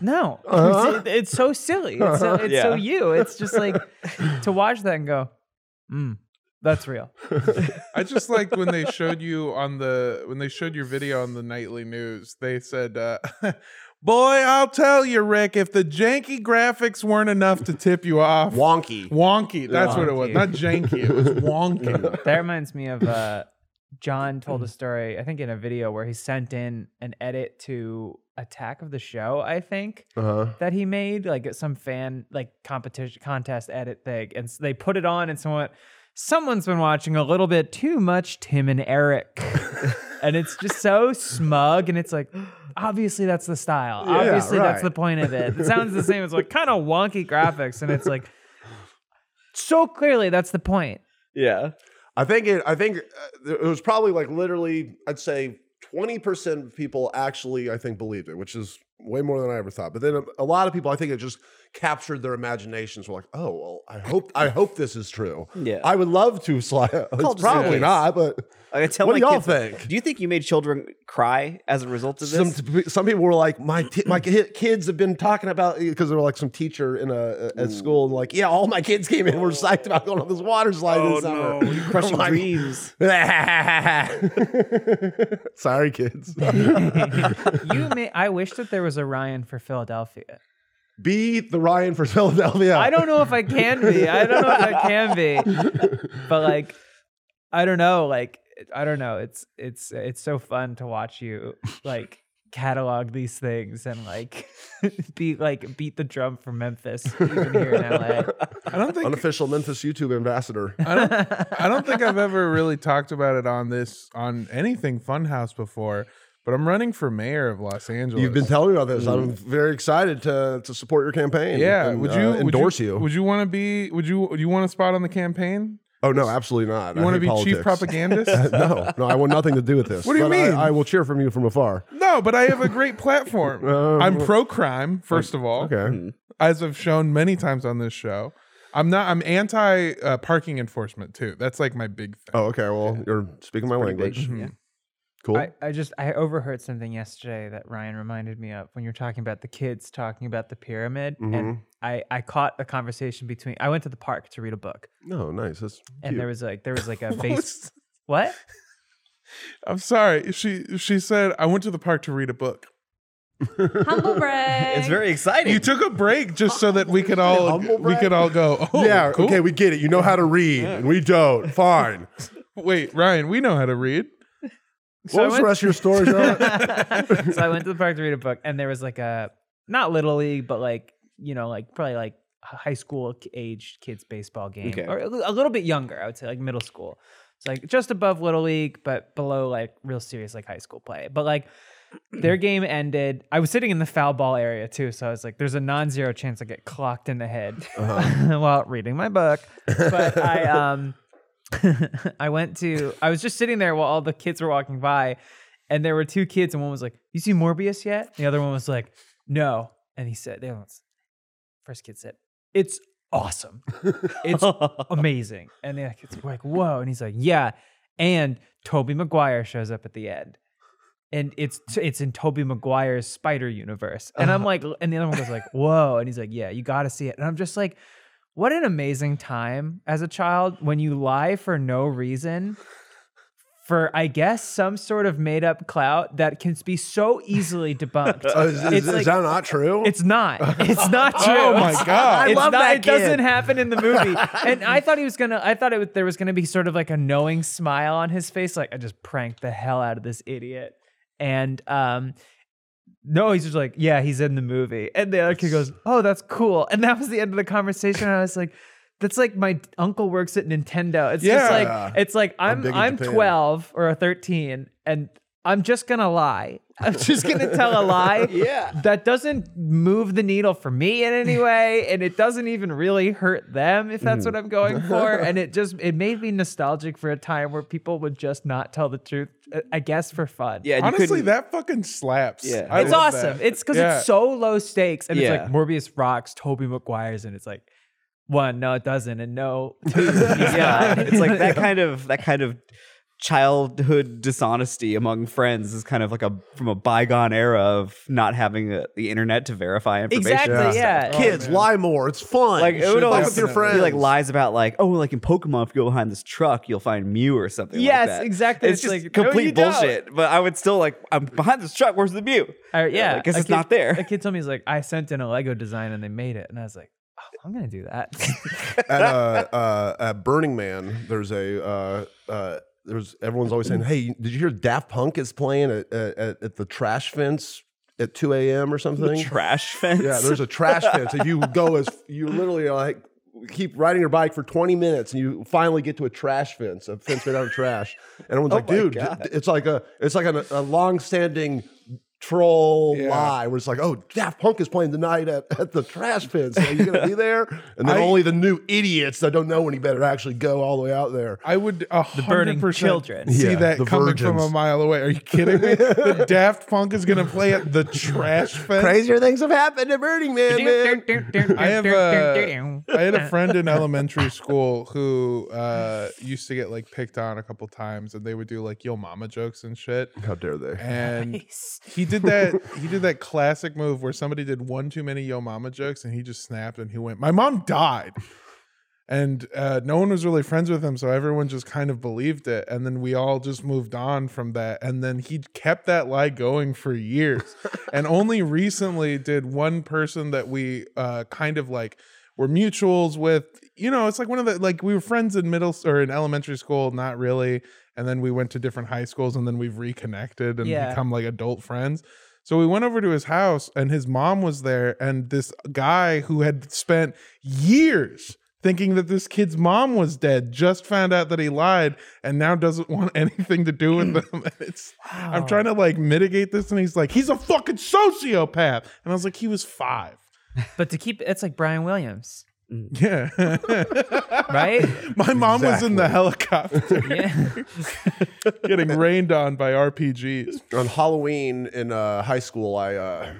Speaker 4: no, it's, it's so silly. It's, so, it's so
Speaker 2: Yeah.
Speaker 4: you. It's just like to watch that and go, mm, that's real.
Speaker 1: I just liked when they showed you on the when they showed your video on the nightly news. They said, uh, "Boy, I'll tell you, Rick, if the janky graphics weren't enough to tip you off,
Speaker 3: Wonky.
Speaker 1: wonky. That's what it was.
Speaker 4: Wonky.
Speaker 1: Not janky. It was wonky.
Speaker 4: That reminds me of uh, John told a story. I think in a video where he sent in an edit to Attack of the Show. I think
Speaker 3: Uh-huh.
Speaker 4: that he made, like at some fan like competition contest edit thing, and s they put it on, and someone someone's been watching a little bit too much Tim and Eric, and it's just so smug, and it's like. Obviously, that's the style. Obviously, that's
Speaker 3: right.
Speaker 4: the point of it. It sounds the same. It's like kind of wonky graphics, and it's like so clearly that's the point.
Speaker 2: Yeah.
Speaker 3: I think it. I think uh, there- it was probably like literally. I'd say twenty percent of people actually, I think, believed it, which is way more than I ever thought. But then a, a lot of people, I think, it just captured their imaginations. Were like, oh well, I hope, I hope this is true.
Speaker 2: Yeah.
Speaker 3: I would love to slide. It's
Speaker 2: called
Speaker 3: probably
Speaker 2: Zeitgeist.
Speaker 3: not, but
Speaker 2: I Like I tell
Speaker 3: What
Speaker 2: my
Speaker 3: do y'all
Speaker 2: kids,
Speaker 3: think?
Speaker 2: Do you think you made children cry as a result of
Speaker 3: Some
Speaker 2: this?
Speaker 3: some people were like, my ti- my ki- kids have been talking about because there were like some teacher in a at school and like, yeah, all my kids came in and were psyched about going on this water slide
Speaker 1: Oh,
Speaker 3: this summer.
Speaker 1: no.
Speaker 3: I'm
Speaker 2: Crushing
Speaker 3: like,
Speaker 2: dreams.
Speaker 3: Sorry, kids.
Speaker 4: You may, I wish that there was a Ryan for Philadelphia.
Speaker 3: Beat the Ryan for Philadelphia.
Speaker 4: I don't know if I can be. I don't know if I can be. But like, I don't know. Like, I don't know. It's it's it's so fun to watch you like catalog these things and like be like beat the drum for Memphis even here in LA.
Speaker 1: I don't think
Speaker 3: Unofficial Memphis YouTube ambassador.
Speaker 1: I don't, I don't think I've ever really talked about it on this on anything Funhouse before, but I'm running for mayor of Los Angeles.
Speaker 3: You've been telling me about this. I'm very excited to to support your campaign.
Speaker 1: Mm. yeah.
Speaker 3: and,
Speaker 1: would
Speaker 3: uh,
Speaker 1: you would
Speaker 3: endorse you?
Speaker 1: Would you want to be? Would you? Do you want a spot on the campaign?
Speaker 3: oh no, absolutely not.
Speaker 1: You
Speaker 3: want to
Speaker 1: be chief propagandist?
Speaker 3: no, no, I want nothing to do with this.
Speaker 1: What do you
Speaker 3: But I-
Speaker 1: mean?
Speaker 3: I will cheer from you from afar.
Speaker 1: no, but I have a great platform. I'm pro crime, first of all.
Speaker 3: Um, Okay.
Speaker 1: as I've shown many times on this show. I'm not. I'm anti uh, parking enforcement too. That's like my big thing.
Speaker 3: Oh, okay. Well, you're speaking my language.
Speaker 2: Yeah.
Speaker 3: Cool.
Speaker 4: I, I just I overheard something yesterday that Ryan reminded me of when you were talking about the kids talking about the pyramid, and I I caught a conversation between. I went to the park to read a book,
Speaker 3: no, nice. That's
Speaker 4: and there was like there was like a face.
Speaker 1: What's-
Speaker 4: What?
Speaker 1: I'm sorry. She she said I went to the park to read a book.
Speaker 5: Humble brag.
Speaker 2: It's very exciting.
Speaker 1: You took a break just so that we could all
Speaker 3: Humble
Speaker 1: we
Speaker 3: brag.
Speaker 1: could all go. Oh,
Speaker 3: yeah.
Speaker 1: cool.
Speaker 3: Okay, we get it. You know how to read, and we don't. Fine.
Speaker 1: Wait, Ryan, we know how to read.
Speaker 3: what was the rest of your story? Uh, Charlotte?
Speaker 4: so I went to the park to read a book, and there was like a not little league, but like you know, like probably like high school age kids baseball game,
Speaker 2: Okay.
Speaker 4: or a li- a little bit younger, I would say, like middle school. It's like just above little league, but below like real serious like high school play. But like their game ended. I was sitting in the foul ball area too, so I was like, "There's a non-zero chance I get clocked in the head while reading my book." But I um. I went to I was just sitting there while all the kids were walking by and there were two kids and one was like, "You see Morbius yet?" The other one was like, "No." And he said, "The other one's first kid said, "It's awesome. It's amazing." And the other kids were like, "Whoa." And he's like, "Yeah." And Toby Maguire shows up at the end. And it's it's in Toby Maguire's Spider Universe. And I'm like and the other one goes like, "Whoa." And he's like, "Yeah, you got to see it." And I'm just like, what an amazing time as a child when you lie for no reason for I guess some sort of made up clout that can be so easily debunked.
Speaker 3: Uh, is, is-
Speaker 4: it's,
Speaker 3: is
Speaker 4: like-
Speaker 3: that not true?
Speaker 4: it's not. It's not true.
Speaker 1: Oh my god.
Speaker 4: It's
Speaker 2: love
Speaker 4: not,
Speaker 2: that
Speaker 4: It
Speaker 2: kid.
Speaker 4: doesn't happen in the movie. and I thought he was gonna. I thought it was, there was gonna be sort of like a knowing smile on his face, like I just pranked the hell out of this idiot. And um, no, he's just like, yeah, he's in the movie. And the other kid goes, oh, that's cool. And that was the end of the conversation. And I was like. That's like my uncle works at Nintendo. It's just
Speaker 3: Yeah.
Speaker 4: like it's like I'm
Speaker 3: big in
Speaker 4: I'm
Speaker 3: Japan.
Speaker 4: 12 or 13 and I'm just going to lie. I'm just going to tell a lie.
Speaker 2: Yeah.
Speaker 4: That doesn't move the needle for me in any way and it doesn't even really hurt them if that's what I'm going for and it just it made me nostalgic for a time where people would just not tell the truth uh, I guess for fun.
Speaker 2: yeah, and you
Speaker 1: Honestly,
Speaker 2: couldn't-
Speaker 1: that fucking slaps.
Speaker 2: Yeah.
Speaker 1: I
Speaker 4: It's
Speaker 1: love
Speaker 4: awesome.
Speaker 1: that.
Speaker 4: It's because
Speaker 1: Yeah.
Speaker 4: it's so low stakes, and
Speaker 2: Yeah.
Speaker 4: it's like Morbius rocks, Toby Maguire's, and it's like one, no, it doesn't, and no, yeah,
Speaker 2: it's like that kind of that kind of childhood dishonesty among friends is kind of like a from a bygone era of not having uh the internet to verify information.
Speaker 4: exactly,
Speaker 2: and stuff.
Speaker 4: yeah.
Speaker 3: Kids lie more. It's fun.
Speaker 2: Like it would
Speaker 3: Laugh
Speaker 2: always
Speaker 3: with your friends.
Speaker 2: be like lies about like oh like in Pokemon if you go behind this truck you'll find Mew or something. like
Speaker 4: Yes,
Speaker 2: that.
Speaker 4: exactly.
Speaker 2: It's,
Speaker 4: It's
Speaker 2: just
Speaker 4: like, no, you
Speaker 2: complete
Speaker 4: don't.
Speaker 2: bullshit. But I would still like I'm behind this truck. Where's the Mew?
Speaker 4: Or- yeah,
Speaker 2: because
Speaker 4: a
Speaker 2: it's
Speaker 4: kid-
Speaker 2: not there.
Speaker 4: A kid told me he's like, I sent in a Lego design and they made it, and I was like, oh, I'm gonna do that.
Speaker 3: at, uh, uh, at Burning Man, there's a uh, uh, there's everyone's always saying, "Hey, did you hear Daft Punk is playing at at, at the trash fence at 2 a.m. or something?"
Speaker 2: Trash fence.
Speaker 3: yeah, there's a trash fence. If you go as you literally like keep riding your bike for 20 minutes and you finally get to a trash fence, a Oh fence made out of trash, and everyone's like,
Speaker 2: my
Speaker 3: "Dude, d-
Speaker 2: God.
Speaker 3: d- it's like a it's like a, a long standing." troll
Speaker 1: Yeah.
Speaker 3: lie where it's like, oh, Daft Punk is playing tonight at, at the trash pits. Are you going to be there? And then
Speaker 1: I-
Speaker 3: only the new idiots that don't know any better actually go all the way out there.
Speaker 1: I would a
Speaker 4: burning
Speaker 1: hundred percent
Speaker 4: children.
Speaker 1: see
Speaker 3: Yeah,
Speaker 1: that
Speaker 3: the
Speaker 1: coming from a
Speaker 3: virgins.
Speaker 1: mile away. Are you kidding me? the Daft Punk is gonna play at the trash fest.
Speaker 3: Crazier things have happened at Burning Man, man.
Speaker 1: I have a, I had a friend in elementary school who uh, used to get like picked on a couple times, and they would do like yo mama jokes and shit.
Speaker 3: How dare they?
Speaker 1: And he did that. He did that classic move where somebody did one too many yo mama jokes, and he just snapped and he went, "My mom died." And uh, no one was really friends with him, so everyone just kind of believed it. And then we all just moved on from that. And then he kept that lie going for years. and only recently did one person that we uh, kind of like were mutuals with. You know, it's like one of the like we were friends in middle s- or in elementary school, not really. And then we went to different high schools, and then we've reconnected and
Speaker 4: Yeah.
Speaker 1: become like adult friends. So we went over to his house, and his mom was there, and this guy who had spent years thinking that this kid's mom was dead just found out that he lied and now doesn't want anything to do with
Speaker 4: Mm.
Speaker 1: them And it's i'm trying to like mitigate this and he's like he's a fucking sociopath and i was like he was five
Speaker 4: But to keep it's like Brian Williams,
Speaker 1: yeah
Speaker 4: right?
Speaker 1: my mom was in the helicopter
Speaker 4: yeah.
Speaker 1: getting rained on by rpgs
Speaker 3: On Halloween in uh, high school, I uh,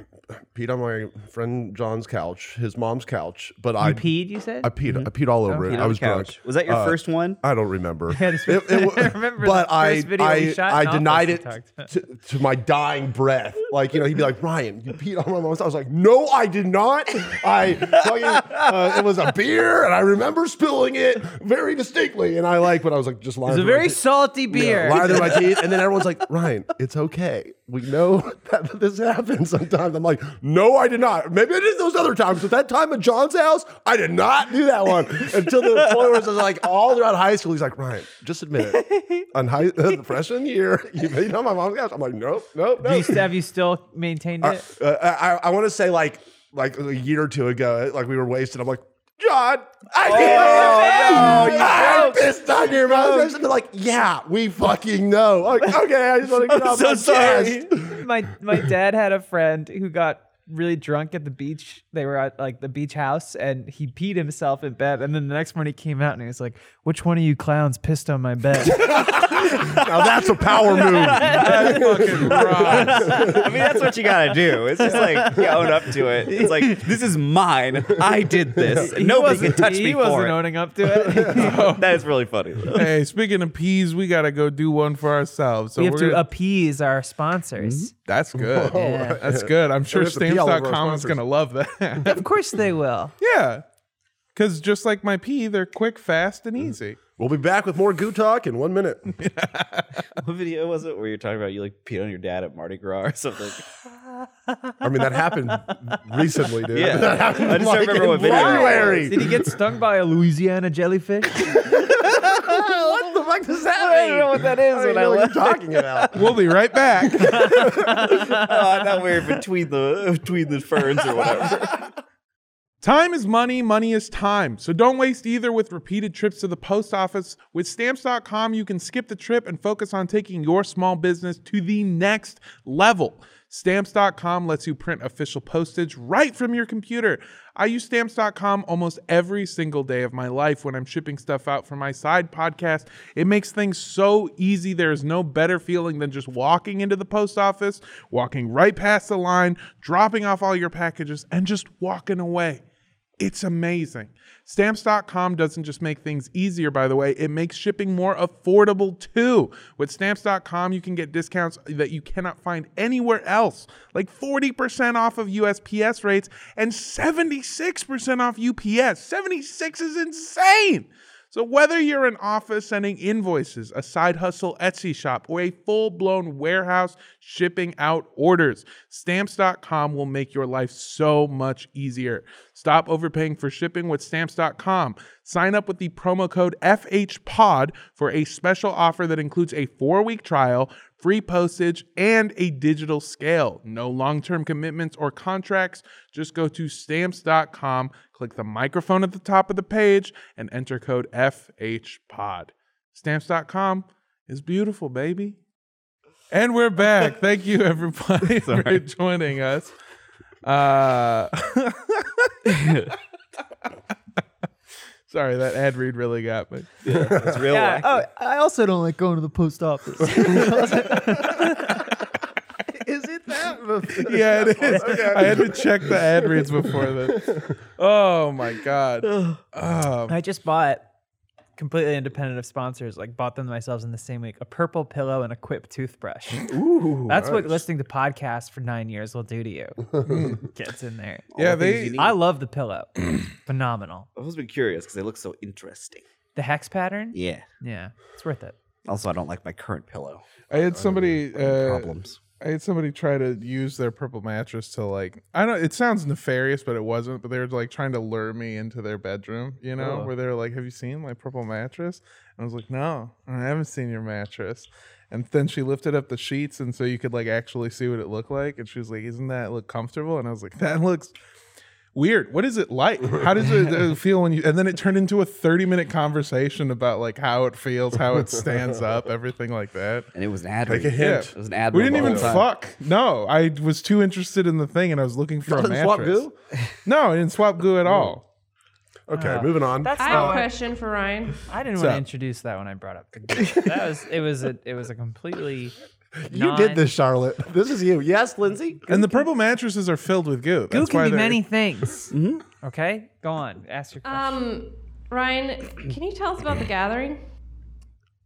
Speaker 3: peed on my friend John's couch, his mom's couch, but I
Speaker 4: You peed, Mm-hmm. Oh, you said?
Speaker 3: I peed, I peed all over it.
Speaker 2: Peed
Speaker 3: I
Speaker 2: on
Speaker 3: was
Speaker 2: the couch.
Speaker 3: drunk.
Speaker 2: Was that your
Speaker 3: Uh,
Speaker 2: first one?
Speaker 3: I don't remember.
Speaker 4: Yeah, this- I remember
Speaker 3: but
Speaker 4: the
Speaker 3: I,
Speaker 4: first video
Speaker 3: I,
Speaker 4: we shot
Speaker 3: I
Speaker 4: in
Speaker 3: denied
Speaker 4: office we
Speaker 3: it
Speaker 4: talked about.
Speaker 3: to, to my dying breath. Like, you know, he'd be like, Ryan, you peed on my mom's. I was like, no, I did not. I fucking, uh, it was a beer and I remember spilling it very distinctly. And I like, but I was like, just lying.
Speaker 4: It's a
Speaker 3: through my
Speaker 4: very
Speaker 3: teeth.
Speaker 4: salty beer.
Speaker 3: Yeah, lying through my teeth. And then everyone's like, Ryan, it's okay. We know that this happens sometimes. I'm like, no, I did not. Maybe I did those other times, but that time at John's house, I did not do that one until the point where it's like all throughout high school. He's like, Ryan, just admit it. On high, the freshman year, you made on my mom's house. I'm like, nope, nope,
Speaker 4: Do you
Speaker 3: nope.
Speaker 4: st- have you still maintained
Speaker 3: I, uh,
Speaker 4: it?
Speaker 3: I, I want to say like like a year or two ago, like we were wasted. I'm like, John, I did
Speaker 2: Oh, no, you
Speaker 3: I
Speaker 2: broke.
Speaker 3: pissed on your mouth. And they're like, yeah, we fucking know. I'm like, okay, I just want to get
Speaker 2: I'm
Speaker 3: off
Speaker 2: so
Speaker 3: my
Speaker 2: sorry.
Speaker 3: chest.
Speaker 4: my my dad had a friend who got really drunk at the beach. They were at like the beach house, and he peed himself in bed. And then the next morning, he came out and he was like, "Which one of you clowns pissed on my bed?"
Speaker 3: Now that's a power move.
Speaker 1: That fucking rocks.
Speaker 2: I mean, that's what you gotta do. It's just like you own up to it. It's like this is mine. I did this.
Speaker 4: He
Speaker 2: And nobody can
Speaker 4: wasn't-
Speaker 2: touch
Speaker 4: he
Speaker 2: me
Speaker 4: wasn't
Speaker 2: for it.
Speaker 4: owning up to it.
Speaker 2: That is really funny.
Speaker 1: hey speaking of peas we gotta go do one for ourselves so
Speaker 4: we have
Speaker 1: we're
Speaker 4: to
Speaker 1: gonna-
Speaker 4: appease our sponsors.
Speaker 3: Mm-hmm.
Speaker 1: that's good
Speaker 4: Yeah.
Speaker 1: that's good i'm sure
Speaker 3: have to pee all over our
Speaker 1: stamps.com is
Speaker 3: sponsors.
Speaker 1: gonna love that
Speaker 4: Of course they will.
Speaker 1: Yeah. Because just like my pee, they're quick, fast, and
Speaker 3: Mm.
Speaker 1: easy.
Speaker 3: We'll be back with more goo talk in one minute.
Speaker 2: What video was it where you're talking about you like peed on your dad at Mardi Gras or something?
Speaker 3: I mean, that happened recently, dude.
Speaker 2: Yeah.
Speaker 3: That happened
Speaker 2: I just don't
Speaker 3: like
Speaker 2: remember
Speaker 3: in
Speaker 2: what video it was.
Speaker 3: February.
Speaker 4: Did he get stung by a Louisiana jellyfish?
Speaker 3: what the fuck does that mean?
Speaker 2: I don't know what that is
Speaker 3: I don't
Speaker 2: when
Speaker 3: even
Speaker 2: I
Speaker 3: know what
Speaker 2: left.
Speaker 3: you're talking about.
Speaker 1: We'll be right back.
Speaker 2: Oh, I thought we were between the between the ferns or whatever.
Speaker 1: time is money, money is time. So don't waste either with repeated trips to the post office. With stamps.com, you can skip the trip and focus on taking your small business to the next level. Stamps.com lets you print official postage right from your computer. I use stamps.com almost every single day of my life when I'm shipping stuff out for my side podcast. It makes things so easy. There is no better feeling than just walking into the post office, walking right past the line, dropping off all your packages, and just walking away. It's amazing. Stamps.com doesn't just make things easier, by the way, it makes shipping more affordable too. With Stamps.com, you can get discounts that you cannot find anywhere else, like 40% off of USPS rates and 76% off UPS. 76 is insane! So, whether you're an office sending invoices, a side hustle Etsy shop, or a full blown warehouse shipping out orders, stamps.com will make your life so much easier. Stop overpaying for shipping with stamps.com. Sign up with the promo code FHPOD for a special offer that includes a four week trial, free postage, and a digital scale. No long term commitments or contracts. Just go to stamps.com, click the microphone at the top of the page, and enter code FHPOD. Stamps.com is beautiful, baby. And we're back. Thank you, everybody, for
Speaker 2: Sorry.
Speaker 1: joining us. Uh, sorry, that ad read really got me.
Speaker 2: It's real
Speaker 4: Yeah.
Speaker 2: life.
Speaker 4: Oh, I also don't like going to the post office.
Speaker 3: Is it that?
Speaker 1: Yeah, it is. I had to check the ad reads before this. Oh my god. Um,
Speaker 4: I just bought completely independent of sponsors, like bought them myself in the same week, a purple pillow and a quip toothbrush.
Speaker 3: Ooh,
Speaker 4: That's what
Speaker 3: nice.
Speaker 4: listening to podcasts for nine years will do to you. Gets in there.
Speaker 1: yeah,
Speaker 2: the things
Speaker 1: they.
Speaker 2: you need.
Speaker 4: I love the pillow. Phenomenal.
Speaker 2: I've always been curious because they look so interesting.
Speaker 4: The hex pattern?
Speaker 2: Yeah.
Speaker 4: Yeah. It's worth it.
Speaker 2: Also, I don't like my current pillow.
Speaker 1: I had somebody. Uh,
Speaker 2: Problems.
Speaker 1: I had somebody try to use their purple mattress to like I don't it sounds nefarious but it wasn't but they were like trying to lure me into their bedroom, you know,
Speaker 4: Oh.
Speaker 1: where they were like, "Have you seen my purple mattress?" And I was like, "No, I haven't seen your mattress." And then she lifted up the sheets and so you could like actually see what it looked like and she was like, "Isn't that look comfortable?" And I was like, "That looks weird. What is it like? How does it uh, feel when you?" And then it turned into a thirty-minute conversation about like how it feels, how it stands up, everything like that.
Speaker 2: And it was an ad.
Speaker 3: Take a
Speaker 2: read.
Speaker 1: hint.
Speaker 2: It was an ad.
Speaker 1: We
Speaker 2: read
Speaker 1: didn't
Speaker 2: the
Speaker 1: even
Speaker 2: whole time.
Speaker 1: fuck. No, I was too interested in the thing, and I was looking for a
Speaker 3: Didn't
Speaker 1: mattress.
Speaker 3: swap goo?
Speaker 1: No, I didn't swap goo at all.
Speaker 3: Okay,
Speaker 2: Uh,
Speaker 3: moving on.
Speaker 4: That's
Speaker 5: I have a question for Ryan.
Speaker 4: I didn't
Speaker 1: So-
Speaker 4: want to introduce that when I brought up the game. That was it was a it was a completely
Speaker 3: You did this, Charlotte. This is you. Yes, Lindsay.
Speaker 1: And the purple mattresses are filled with goo.
Speaker 4: Goo
Speaker 1: That's
Speaker 4: can
Speaker 1: why
Speaker 4: be
Speaker 1: they're-
Speaker 4: many things.
Speaker 3: Mm-hmm.
Speaker 4: Okay? Go on. Ask your question.
Speaker 5: Um, Ryan, can you tell us about the gathering?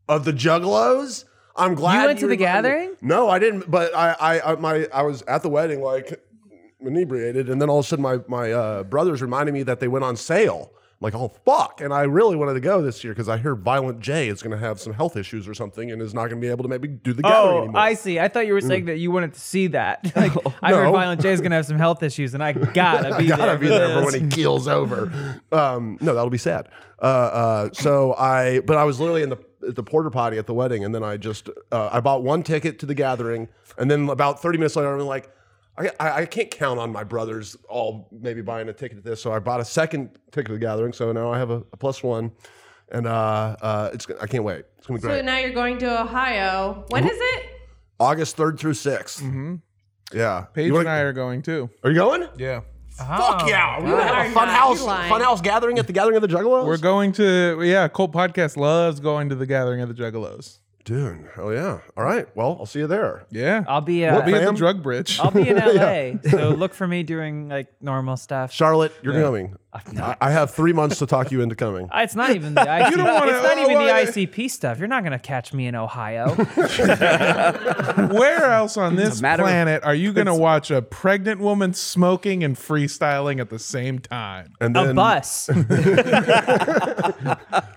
Speaker 3: Of the Juggalos. I'm glad
Speaker 4: You went to the
Speaker 3: reminded-
Speaker 4: gathering?
Speaker 3: No, I didn't. But I, I, I, my, I was at the wedding, like inebriated, and then all of a sudden, my my uh, brothers reminded me that they went on sale. I'm like, oh fuck! And I really wanted to go this year because I hear Violent J is going to have some health issues or something, and is not going to be able to maybe do the gathering
Speaker 4: Oh,
Speaker 3: anymore. Mm.
Speaker 4: I see. I thought you were saying that you wanted to see that. Like, I heard
Speaker 3: No.
Speaker 4: Violent J is gonna have some health issues, and I gotta be
Speaker 3: gotta
Speaker 4: there.
Speaker 3: be
Speaker 4: for
Speaker 3: there for
Speaker 4: this.
Speaker 3: when he keels over. Um, no, that'll be sad. Uh, uh, so I, but I was literally in the at the porter potty at the wedding, and then I just uh, I bought one ticket to the gathering, and then about thirty minutes later, I'm like, I, I, I can't count on my brothers all maybe buying a ticket to this, so I bought a second ticket to the gathering. So now I have a, a plus one, and uh, uh, it's I can't wait. It's gonna be
Speaker 5: So
Speaker 3: great.
Speaker 5: now you're going to Ohio. When is it?
Speaker 3: August third through 6th Yeah,
Speaker 1: Mm-hmm. Paige
Speaker 3: You wanna-
Speaker 1: and I are Oh, going too.
Speaker 3: are you going?
Speaker 1: Yeah,
Speaker 3: Fuck yeah! We're gonna have a
Speaker 5: Are
Speaker 3: fun
Speaker 5: not.
Speaker 3: house,
Speaker 5: You lying.
Speaker 3: fun house gathering at the gathering of the Juggalos.
Speaker 1: we're going to. Yeah, Cold Podcast loves going to the Gathering of the Juggalos.
Speaker 3: Dude, hell yeah. All right. Well, I'll see you there.
Speaker 1: Yeah,
Speaker 4: I'll be uh,
Speaker 1: we'll be at the
Speaker 3: fam?
Speaker 1: drug bridge.
Speaker 4: I'll be in LA, so look for me doing like normal stuff.
Speaker 3: Charlotte, you're going. I, I have three months to talk you into coming.
Speaker 4: Uh, It's not even the ICP.
Speaker 1: don't wanna-
Speaker 4: it's not even
Speaker 1: oh,
Speaker 4: the
Speaker 1: I-
Speaker 4: ICP stuff. You're not gonna catch me in Ohio.
Speaker 1: Where else on this
Speaker 2: matter of-
Speaker 1: planet are you going to watch a pregnant woman smoking and freestyling at the same time?
Speaker 3: And then,
Speaker 4: A bus.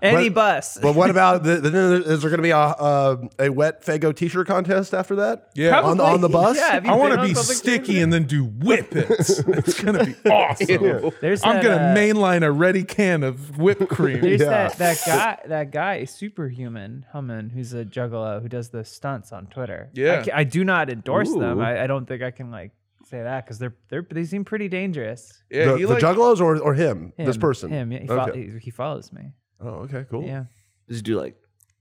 Speaker 4: Any bus.
Speaker 3: But what about the, the, is there going to be a uh, a wet Fago t-shirt contest after that?
Speaker 1: Yeah.
Speaker 3: on, the- on the bus.
Speaker 4: Yeah, have you
Speaker 1: I
Speaker 4: been
Speaker 1: want to
Speaker 4: on
Speaker 1: be
Speaker 4: public
Speaker 1: sticky and then do whippets. it's going to be awesome.
Speaker 4: There's
Speaker 1: I'm
Speaker 4: that,
Speaker 1: going to
Speaker 4: uh,
Speaker 1: mainline a ready can of whipped cream.
Speaker 4: There's
Speaker 3: Yeah.
Speaker 4: that, that guy, that guy, superhuman Hummin, who's a juggalo who does the stunts on Twitter. I
Speaker 1: Yeah.
Speaker 4: ca- I, do not endorse them. I, I don't think I can like say that because they're they're they seem pretty dangerous.
Speaker 1: Yeah,
Speaker 3: the,
Speaker 1: he
Speaker 3: the
Speaker 1: like-
Speaker 3: Juggalos or, or him, This
Speaker 4: Him-
Speaker 3: person.
Speaker 4: him, yeah, he, fol-
Speaker 3: Okay.
Speaker 4: he, he follows me.
Speaker 3: Oh, okay, cool.
Speaker 4: Yeah,
Speaker 2: Does you do like?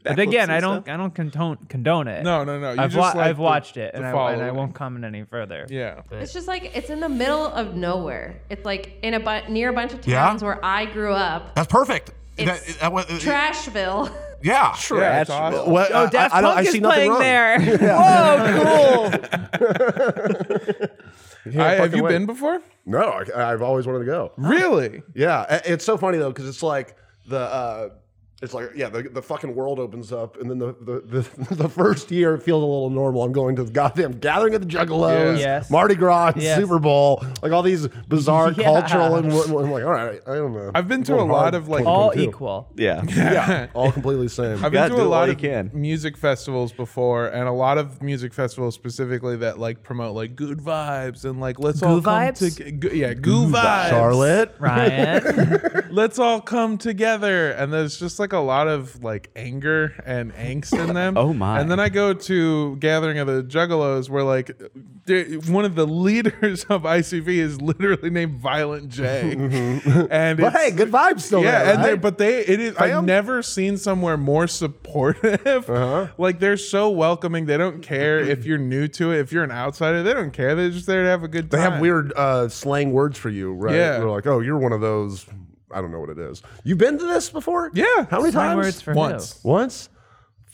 Speaker 4: but
Speaker 2: backflips
Speaker 4: again,
Speaker 2: and
Speaker 4: I don't
Speaker 2: stuff?
Speaker 4: I don't condone condone it.
Speaker 1: No, no, no. You
Speaker 4: I've,
Speaker 1: just
Speaker 4: wa-
Speaker 1: like
Speaker 4: I've
Speaker 1: the-
Speaker 4: watched it,
Speaker 1: the
Speaker 4: and I, and I
Speaker 1: following.
Speaker 4: won't comment any further.
Speaker 1: Yeah.
Speaker 5: It's just like it's in the middle of nowhere. It's like in a bu- near a bunch of
Speaker 6: Yeah?
Speaker 5: towns where I grew up.
Speaker 6: That's perfect.
Speaker 5: It's
Speaker 6: That- that was-
Speaker 5: Trashville.
Speaker 6: yeah.
Speaker 1: Yeah, it's
Speaker 2: Trash.
Speaker 1: awesome.
Speaker 3: Well,
Speaker 4: Oh, Daft
Speaker 3: I, I don't,
Speaker 4: Punk
Speaker 3: I
Speaker 4: is
Speaker 3: see nothing
Speaker 4: playing
Speaker 3: wrong.
Speaker 4: there.
Speaker 2: Oh, cool.
Speaker 1: I-
Speaker 3: fucking
Speaker 1: have you
Speaker 3: way.
Speaker 1: been before?
Speaker 3: No, I, I've always wanted to go.
Speaker 1: Really?
Speaker 3: Yeah, i- it's so funny though because it's like the uh, it's like yeah the, the fucking world opens up and then the the, the the first year it feels a little normal. I'm going to the goddamn gathering of the Juggalos,
Speaker 1: Yeah.
Speaker 4: Yes.
Speaker 3: Mardi Gras,
Speaker 4: Yes.
Speaker 3: Super Bowl, like all these bizarre
Speaker 4: Yeah.
Speaker 3: cultural and what- what- I'm like all right, I don't know.
Speaker 1: I've been to
Speaker 3: I'm
Speaker 1: a
Speaker 3: going
Speaker 1: lot
Speaker 3: hard
Speaker 1: of, like,
Speaker 3: 2022.
Speaker 4: All equal.
Speaker 2: Yeah.
Speaker 3: yeah, all completely same.
Speaker 1: I've been
Speaker 2: gotta
Speaker 1: to
Speaker 2: do
Speaker 1: a
Speaker 2: it while
Speaker 1: lot
Speaker 2: you
Speaker 1: of
Speaker 2: can.
Speaker 1: music festivals before, and a lot of music festivals specifically that like promote like good vibes and like let's all come
Speaker 4: vibes?
Speaker 1: to go- yeah goo vibes.
Speaker 3: Charlotte,
Speaker 4: Ryan.
Speaker 1: let's all come together, and there's just like a lot of like anger and angst in them.
Speaker 2: Oh, my.
Speaker 1: And then I go to Gathering of the Juggalos where like they- one of the leaders of ICV is literally named Violent J. and
Speaker 3: But hey,
Speaker 1: it's-
Speaker 3: good vibes still
Speaker 1: yeah,
Speaker 3: there.
Speaker 1: and
Speaker 3: right?
Speaker 1: they but they it is I've
Speaker 3: Fam?
Speaker 1: never seen somewhere more supportive. Like they're so welcoming. They don't care if you're new to it. If you're an outsider, they don't care. They're just there to have a good
Speaker 3: They
Speaker 1: time.
Speaker 3: have weird uh, slang words for you, right?
Speaker 1: Yeah.
Speaker 3: They're like, oh, you're one of those. I don't know what it is. You've been to this before?
Speaker 1: Yeah.
Speaker 3: How many
Speaker 4: Slang
Speaker 3: times?
Speaker 4: words for
Speaker 1: once.
Speaker 3: Once?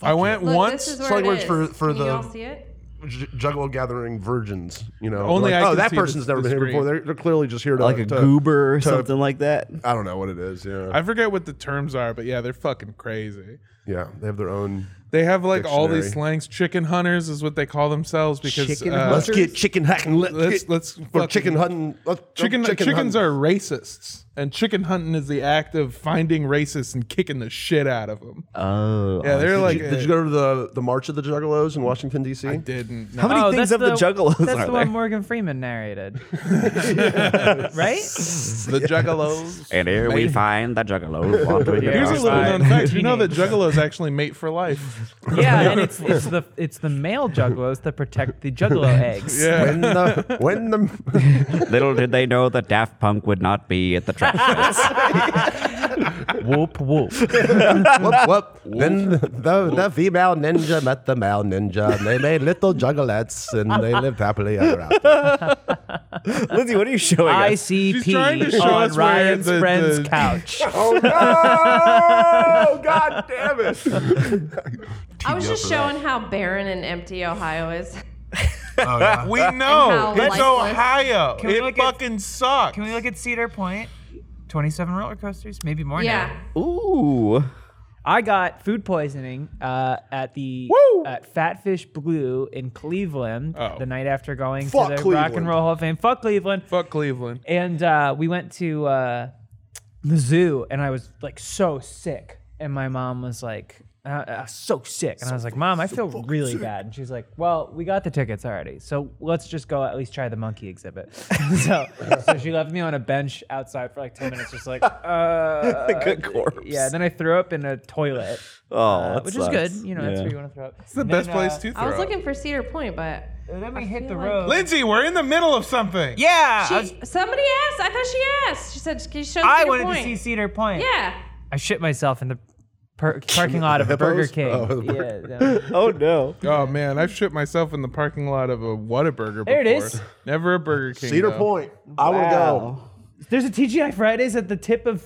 Speaker 1: I went
Speaker 5: Look,
Speaker 1: once.
Speaker 5: this is where
Speaker 3: slang
Speaker 5: it
Speaker 3: words
Speaker 5: is.
Speaker 3: for- for
Speaker 5: Can
Speaker 3: the-
Speaker 5: you all see it?
Speaker 3: J- juggalo gathering virgins, you know.
Speaker 1: Only
Speaker 3: They're
Speaker 1: I
Speaker 3: like, oh,
Speaker 1: can
Speaker 3: that
Speaker 1: see the-
Speaker 3: person's never
Speaker 1: the
Speaker 3: been here before.
Speaker 1: screen.
Speaker 3: They're, they're clearly just here to
Speaker 2: like a
Speaker 3: to-
Speaker 2: goober or
Speaker 3: to-
Speaker 2: something like that.
Speaker 3: I don't know what it is. Yeah,
Speaker 1: I forget what the terms are, but yeah, they're fucking crazy.
Speaker 3: yeah. They have their own.
Speaker 1: They have like all these
Speaker 3: Dictionary.
Speaker 1: slangs. Chicken hunters is what they call themselves because
Speaker 4: Chicken
Speaker 1: uh,
Speaker 3: Let's get chicken hacking. Let's
Speaker 1: Let's-
Speaker 3: get,
Speaker 1: let's
Speaker 3: or
Speaker 1: fucking-
Speaker 3: chicken hunting. Let's,
Speaker 1: chicken, chickens
Speaker 3: hunting.
Speaker 1: are racists, and chicken hunting is the act of finding racists and kicking the shit out of them.
Speaker 2: Oh,
Speaker 1: yeah, they're
Speaker 3: Uh, Did,
Speaker 1: like.
Speaker 3: you, did you go to the the March of the Juggalos in Washington D.C.?
Speaker 1: I didn't. No.
Speaker 2: How many things
Speaker 4: Oh, that's
Speaker 2: of the, juggalos
Speaker 4: That's
Speaker 2: are
Speaker 4: the
Speaker 2: there?
Speaker 4: one Morgan Freeman narrated, right?
Speaker 1: the Juggalos.
Speaker 2: and here we find the juggalos. wandering
Speaker 1: Here's a
Speaker 2: across
Speaker 1: little
Speaker 2: the-
Speaker 1: known fact. You know that Juggalos actually mate for life.
Speaker 4: Yeah, and it's it's the it's the male juggalos that protect the juggalo eggs.
Speaker 1: Yeah.
Speaker 3: when the when the
Speaker 2: Little did they know that Daft Punk would not be at the track. meets.
Speaker 4: Whoop whoop.
Speaker 3: whoop, whoop. Then the, the, the female ninja met the male ninja, and they made little juggalettes, and they lived happily ever after.
Speaker 2: Lindsay, what are you showing us?
Speaker 4: ICP
Speaker 1: She's trying to show
Speaker 4: on
Speaker 1: us where
Speaker 4: Ryan's
Speaker 1: the-
Speaker 4: friend's
Speaker 1: the-
Speaker 4: couch.
Speaker 3: Oh no! Oh, God damn it!
Speaker 5: I was just showing how barren and empty Ohio is.
Speaker 1: we know.
Speaker 5: And how
Speaker 1: It's
Speaker 5: lifeless-
Speaker 1: Ohio.
Speaker 6: we
Speaker 1: It
Speaker 6: look at-
Speaker 1: fucking sucks.
Speaker 6: Can we look at Cedar Point? 27 roller coasters, maybe more
Speaker 5: yeah.
Speaker 2: Ooh.
Speaker 4: I got food poisoning uh, at the
Speaker 1: Woo!
Speaker 4: at Fatfish Blue in Cleveland
Speaker 1: Oh.
Speaker 4: the night after going to
Speaker 3: Fuck
Speaker 4: the Rock
Speaker 3: Cleveland.
Speaker 4: and Roll Hall of Fame. Fuck Cleveland.
Speaker 1: Fuck Cleveland.
Speaker 4: And uh, we went to uh, the zoo, and I was like so sick, and my mom was like. Uh, uh, so sick, and I was like, "Mom, I feel really bad." And she's like, "Well, we got the tickets already, so let's just go at least try the monkey exhibit." so, so she left me on a bench outside for like ten minutes, just like, uh,
Speaker 2: Good corpse.
Speaker 4: yeah, then I threw up in a toilet,
Speaker 2: Oh,
Speaker 4: uh,
Speaker 2: that
Speaker 4: which
Speaker 2: sucks.
Speaker 4: is good. You know, that's
Speaker 2: Yeah.
Speaker 4: where you want to throw up.
Speaker 1: It's the best
Speaker 4: uh,
Speaker 1: place to throw.
Speaker 5: I was
Speaker 1: up.
Speaker 5: looking for Cedar Point, but
Speaker 6: than that. Let me hit the
Speaker 5: feel like-
Speaker 6: road.
Speaker 1: Lindsay, we're in the middle of something.
Speaker 6: yeah. I, was-
Speaker 5: she, somebody asked. I thought she asked. She said, "Can you show
Speaker 6: I
Speaker 5: Cedar
Speaker 6: wanted
Speaker 5: Point?"
Speaker 6: to see Cedar Point.
Speaker 5: Yeah.
Speaker 4: I shit myself in the per- parking lot of a Burger
Speaker 3: Hippos?
Speaker 4: King.
Speaker 3: Oh, the
Speaker 4: yeah, no.
Speaker 2: Oh no.
Speaker 1: Oh man, I've shit myself in the parking lot of a Whataburger.
Speaker 4: There it
Speaker 1: before.
Speaker 4: is.
Speaker 1: Never a Burger King.
Speaker 3: Cedar
Speaker 1: though.
Speaker 3: Point. I want to go.
Speaker 4: There's a TGI Fridays at the tip of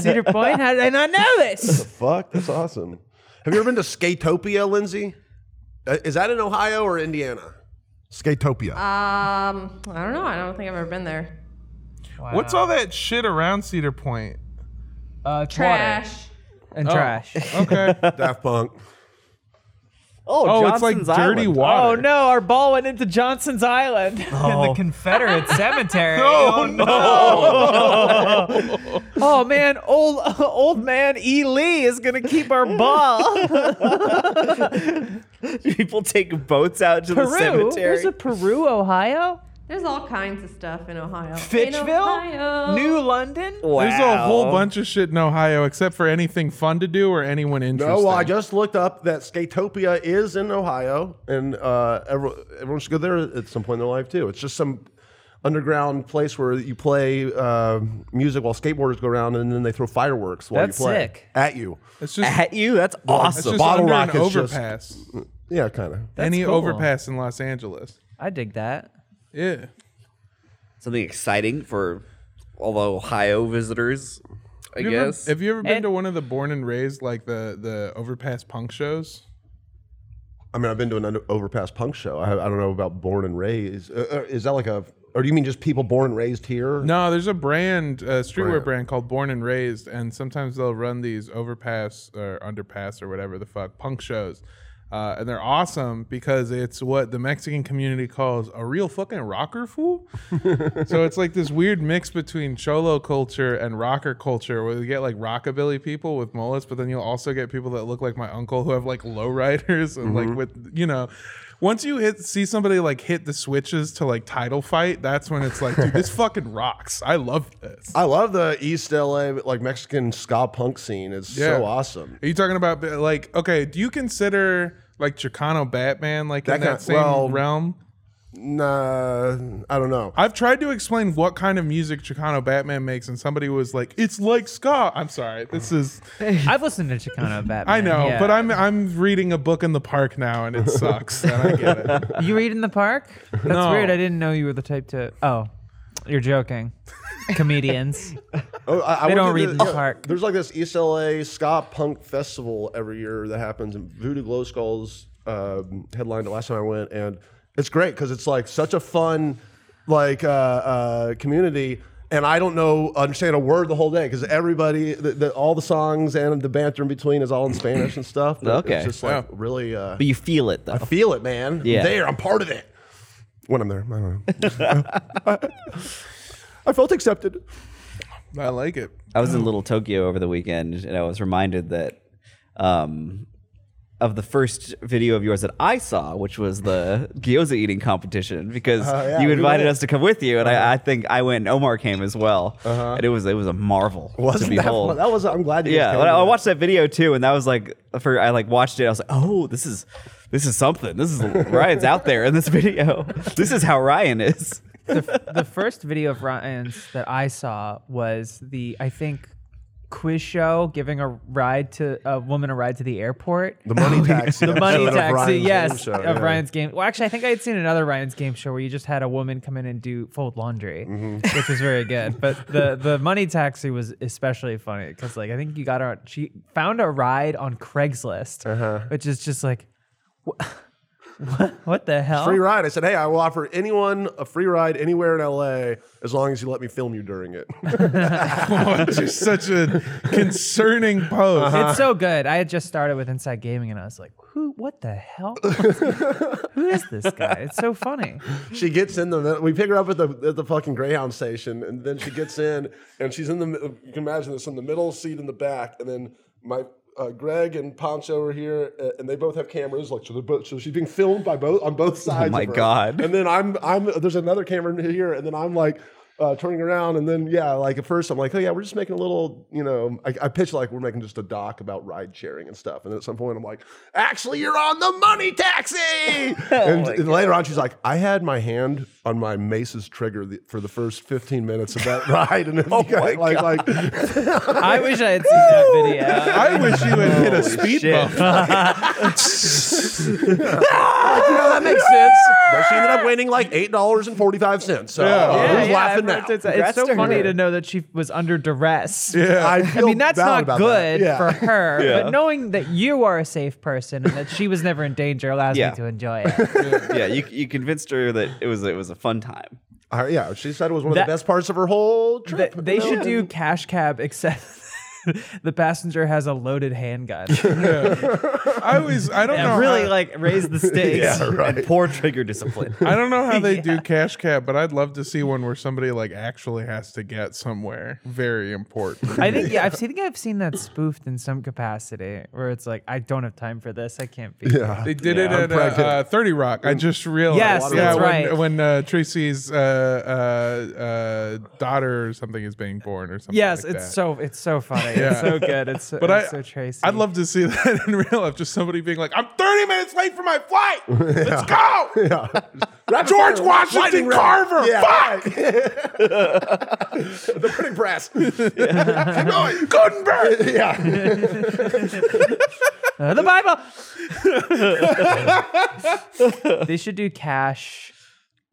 Speaker 4: Cedar Point. How did I not know
Speaker 6: Uh,
Speaker 4: this?
Speaker 3: Fuck, that's awesome. Have you ever been to Skatopia, Lindsay? Uh, Is that in Ohio or Indiana? Skatopia.
Speaker 4: Uh,
Speaker 5: Um, I don't know. I don't think I've ever been there.
Speaker 1: What's all that shit around Cedar Point?
Speaker 6: Uh, it's water. Oh.
Speaker 5: Trash.
Speaker 4: And trash.
Speaker 1: Okay.
Speaker 3: Daft Punk.
Speaker 2: Oh,
Speaker 1: oh,
Speaker 2: Johnson's
Speaker 1: it's like dirty
Speaker 2: Island.
Speaker 4: Oh
Speaker 1: water.
Speaker 4: no, our ball went into Johnson's Island.
Speaker 6: In the Confederate cemetery.
Speaker 1: Oh,
Speaker 4: Oh man, old old man E. Lee is gonna keep our ball.
Speaker 2: People take boats out to the
Speaker 4: Peru?
Speaker 2: cemetery.
Speaker 4: There's a Peru, Ohio?
Speaker 5: There's all kinds of stuff in Ohio. In
Speaker 4: Fitchville?
Speaker 5: Ohio.
Speaker 4: New London?
Speaker 2: wow.
Speaker 1: There's a whole bunch of shit in Ohio, except for anything fun to do or anyone interested.
Speaker 3: No, I just looked up that Skatopia is in Ohio, and uh, everyone, everyone should go there at some point in their life too. It's just some underground place where you play uh, music while skateboarders go around, and then they throw fireworks while
Speaker 4: That's
Speaker 3: you play
Speaker 4: sick.
Speaker 3: at you.
Speaker 1: It's just,
Speaker 2: At you? That's
Speaker 1: it's
Speaker 2: awesome.
Speaker 1: just
Speaker 3: Bottle
Speaker 1: under
Speaker 3: Rock
Speaker 1: an
Speaker 3: is just-
Speaker 1: overpass.
Speaker 3: Yeah, kind of.
Speaker 1: Any
Speaker 4: cool.
Speaker 1: overpass in Los Angeles.
Speaker 4: I dig that.
Speaker 1: Yeah.
Speaker 2: Something exciting for all the Ohio visitors, I
Speaker 1: You ever-
Speaker 2: guess.
Speaker 1: have you ever been
Speaker 4: And-
Speaker 1: to one of the born and raised like the the overpass punk shows?
Speaker 3: I mean, I've been to an under- overpass punk show. I, I don't know about born and raised. Uh, uh, is that like a? Or do you mean just people born and raised here?
Speaker 1: No, there's a brand, uh, streetwear
Speaker 3: Brand.
Speaker 1: brand. called Born and Raised, and sometimes they'll run these overpass or underpass or whatever the fuck punk shows. Uh, and they're awesome because it's what the Mexican community calls a real fucking rocker fool. so it's like this weird mix between cholo culture and rocker culture, where you get like rockabilly people with
Speaker 3: Mm-hmm.
Speaker 1: mullets, but then you'll also get people that look like my uncle who have like lowriders and like with you know, once you hit see somebody like hit the switches to like title fight, that's when it's like, dude, this fucking rocks. I love this.
Speaker 3: I love the East LA like Mexican ska punk scene. It's
Speaker 1: Yeah.
Speaker 3: so awesome.
Speaker 1: Are you talking about uh, like okay? Do you consider like Chicano Batman like in
Speaker 3: That
Speaker 1: that
Speaker 3: kind-
Speaker 1: same
Speaker 3: well-
Speaker 1: realm?
Speaker 3: Nah, I don't know.
Speaker 1: I've tried to explain what kind of music Chicano Batman makes, and somebody was like, "It's like ska." I'm sorry, this is
Speaker 4: I've listened to Chicano Batman.
Speaker 1: I know,
Speaker 4: yeah.
Speaker 1: but I'm I'm reading a book in the park now, and it sucks. and I get it.
Speaker 4: You read in the park? That's
Speaker 1: No.
Speaker 4: weird. I didn't know you were the type to. Oh, you're joking. Comedians.
Speaker 3: Oh, I, I
Speaker 4: They
Speaker 3: went
Speaker 4: don't
Speaker 3: to
Speaker 4: read in the park.
Speaker 3: There's like this East LA ska punk festival every year that happens, and Voodoo Glow Skulls um, headlined it last time I went, and it's great because it's like such a fun like uh, uh, community. And I don't know, understand a word the whole day because everybody, the, the, all the songs and the banter in between is all in Spanish and stuff. but
Speaker 2: Okay.
Speaker 3: it's just like really. Uh,
Speaker 2: But you feel it though.
Speaker 3: I feel it, man.
Speaker 2: Yeah.
Speaker 3: I'm there. I'm part of it. When I'm there, I don't know. I felt accepted.
Speaker 1: I like it.
Speaker 2: I
Speaker 3: Oh.
Speaker 2: was in Little Tokyo over the weekend, and I was reminded that um, of the first video of yours that I saw, which was the gyoza eating competition, because
Speaker 3: Oh, yeah,
Speaker 2: you
Speaker 3: we
Speaker 2: invited
Speaker 3: went. Uh-huh.
Speaker 2: us to come with you, and I, I think I went, and Omar came as well, and it was it was a marvel to
Speaker 3: Wasn't that,
Speaker 2: behold.
Speaker 3: fun? that was? I'm glad you. guys
Speaker 2: yeah,
Speaker 3: came
Speaker 2: when I,
Speaker 3: to
Speaker 2: I
Speaker 3: that.
Speaker 2: watched that video too, and that was like for I like watched it. I was like, oh, this is this is something. This is Ryan's out there in this video. This is how Ryan is.
Speaker 4: the first video of Ryan's that I saw was the, I think, quiz show giving a ride to a woman a ride to the airport.
Speaker 3: The money taxi.
Speaker 4: The money
Speaker 3: episode of
Speaker 4: taxi,
Speaker 3: Ryan's
Speaker 4: yes,
Speaker 3: game show,
Speaker 4: of
Speaker 3: yeah.
Speaker 4: Ryan's game. Well, actually, I think I had seen another Ryan's game show where you just had a woman come in and do fold laundry,
Speaker 3: Mm-hmm.
Speaker 4: which was very good. But the the money taxi was especially funny because like I think you got her. on- She found a ride on Craigslist,
Speaker 3: Uh-huh.
Speaker 4: which is just like, wh- what, what the hell?
Speaker 3: Free ride. I said, hey, I will offer anyone a free ride anywhere in LA as long as you let me film you during it.
Speaker 1: Oh, It's just such a concerning pose.
Speaker 4: It's so good. I had just started with Inside Gaming, and I was like, "Who? What the hell? Who is this guy? It's so funny."
Speaker 3: she gets in the we pick her up at the at the fucking Greyhound station, and then she gets in, and she's in the mi- you can imagine this in the middle seat in the back, and then my. Uh, Greg and Poncho are here, uh, and they both have cameras. Like so, they're both, so she's being filmed by both on both sides.
Speaker 2: Oh my
Speaker 3: of her.
Speaker 2: God.
Speaker 3: And then I'm, I'm. There's another camera in here, and then I'm like uh, turning around, and then yeah, like at first I'm like, oh yeah, we're just making a little, you know, I, I pitch like we're making just a doc about ride sharing and stuff, and then at some point I'm like, actually, you're on the money taxi. and, and later on, she's like, I had my hand on my Mace's trigger the, for the first 15 minutes of that ride, and then oh like, like, like,
Speaker 4: I wish I had seen that video.
Speaker 1: I wish you had hit a speed
Speaker 2: shit.
Speaker 1: bump.
Speaker 4: that makes sense.
Speaker 3: but she ended up winning like eight dollars and 45 cents. So uh,
Speaker 1: Yeah.
Speaker 3: who's laughing now?
Speaker 4: It's,
Speaker 2: Congrats
Speaker 4: so
Speaker 2: to
Speaker 4: funny
Speaker 2: her.
Speaker 4: to know that she was under duress.
Speaker 1: Yeah.
Speaker 3: I,
Speaker 4: I
Speaker 3: feel
Speaker 4: mean, that's
Speaker 3: bad
Speaker 4: not
Speaker 3: about that.
Speaker 4: good
Speaker 3: Yeah.
Speaker 4: for her.
Speaker 2: Yeah.
Speaker 4: But knowing that you are a safe person and that she was never in danger allows
Speaker 2: Yeah.
Speaker 4: me to enjoy it.
Speaker 2: yeah, you you convinced her that it was it was a fun time.
Speaker 3: Uh, yeah, she said it was one
Speaker 4: That-
Speaker 3: of the best parts of her whole
Speaker 4: Th-
Speaker 3: trip.
Speaker 4: they
Speaker 3: you know?
Speaker 4: should do cash cab except the passenger has a loaded handgun.
Speaker 1: I always, I don't know.
Speaker 4: And really,
Speaker 1: how-
Speaker 4: like raise the stakes.
Speaker 3: Yeah, right.
Speaker 2: And poor trigger discipline.
Speaker 1: I don't know how they do cash cap, but I'd love to see one where somebody like actually has to get somewhere very important.
Speaker 4: I think yeah, I've seen, I think I've seen that spoofed in some capacity where it's like I don't have time for this. I can't be.
Speaker 3: Yeah.
Speaker 1: They did
Speaker 3: I'm
Speaker 1: it at uh,
Speaker 3: pregnant.
Speaker 1: uh, Thirty Rock. I just realized.
Speaker 4: Yes, that's
Speaker 1: when,
Speaker 4: right.
Speaker 1: When uh, Tracy's uh, uh, uh, daughter or something is being born or something.
Speaker 4: Yes,
Speaker 1: like
Speaker 4: it's
Speaker 1: that.
Speaker 4: so it's so funny.
Speaker 1: Yeah.
Speaker 4: It's so good. It's so,
Speaker 1: But
Speaker 4: it's
Speaker 1: I,
Speaker 4: so Tracy.
Speaker 1: I'd love to see that in real life. Just somebody being like, "I'm 30 minutes late for my flight. Let's go." George Washington Carver. Fuck.
Speaker 3: the printing press.
Speaker 1: Keep going. Gutenberg.
Speaker 3: yeah.
Speaker 4: Uh, the Bible. they should do cash,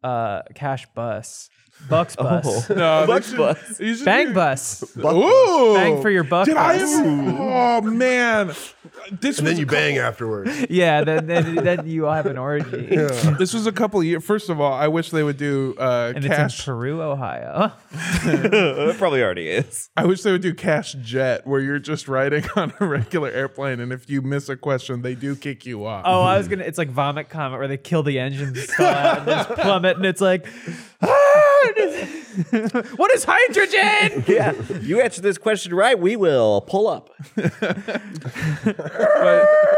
Speaker 4: uh, cash bus, bucks
Speaker 2: Oh.
Speaker 4: bus,
Speaker 1: No, they
Speaker 2: Buck
Speaker 1: should-
Speaker 2: bus.
Speaker 1: you should
Speaker 4: bang
Speaker 1: do-
Speaker 4: bus.
Speaker 1: Ooh.
Speaker 4: Bang for your buck
Speaker 1: Did I
Speaker 4: bus.
Speaker 1: ever- Oh man. This was
Speaker 3: then
Speaker 1: a
Speaker 3: you bang afterwards.
Speaker 4: yeah, then, then then you all have an orgy,
Speaker 1: This was a couple of years. First of all, I wish they would do uh,
Speaker 4: and it's in
Speaker 1: cash.
Speaker 4: Peru, Ohio.
Speaker 2: it probably already is.
Speaker 1: I wish they would do cash jet, where you're just riding on a regular airplane, and if you miss a question, they do kick you off.
Speaker 4: Oh, I was gonna. It's like vomit comet where they kill the engine and stuff, and just plummet, and it's like, what "Ah, is hydrogen?
Speaker 2: yeah, you answer this question right, we will pull up.
Speaker 1: but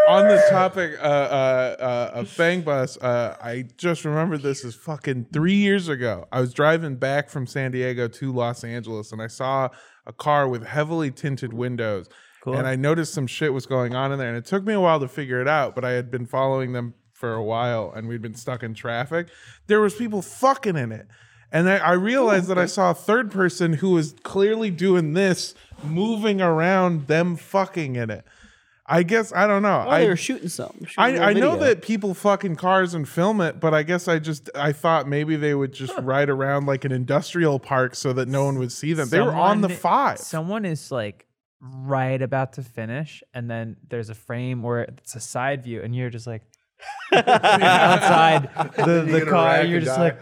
Speaker 1: on the topic uh, uh, uh, of Bang Bus, uh, I just remembered this is fucking three years ago. I was driving back from San Diego to Los Angeles and I saw a car with heavily tinted windows. And I noticed some shit was going on in there. And it took me a while to figure it out, but I had been following them for a while and we'd been stuck in traffic. There was people fucking in it. And I, I realized that I saw a third person who was clearly doing this, moving around them fucking in it. I guess I don't know.
Speaker 2: they
Speaker 1: I,
Speaker 2: were shooting something.
Speaker 1: I, I know that people fuck in cars and film it, but I guess I just I thought maybe they would just ride around like an industrial park so that no one would see them. they were on the
Speaker 4: Someone-
Speaker 1: five.
Speaker 4: Someone is like right about to finish, and then there's a frame where it's a side view, and you're just like outside the, the car. You're just like,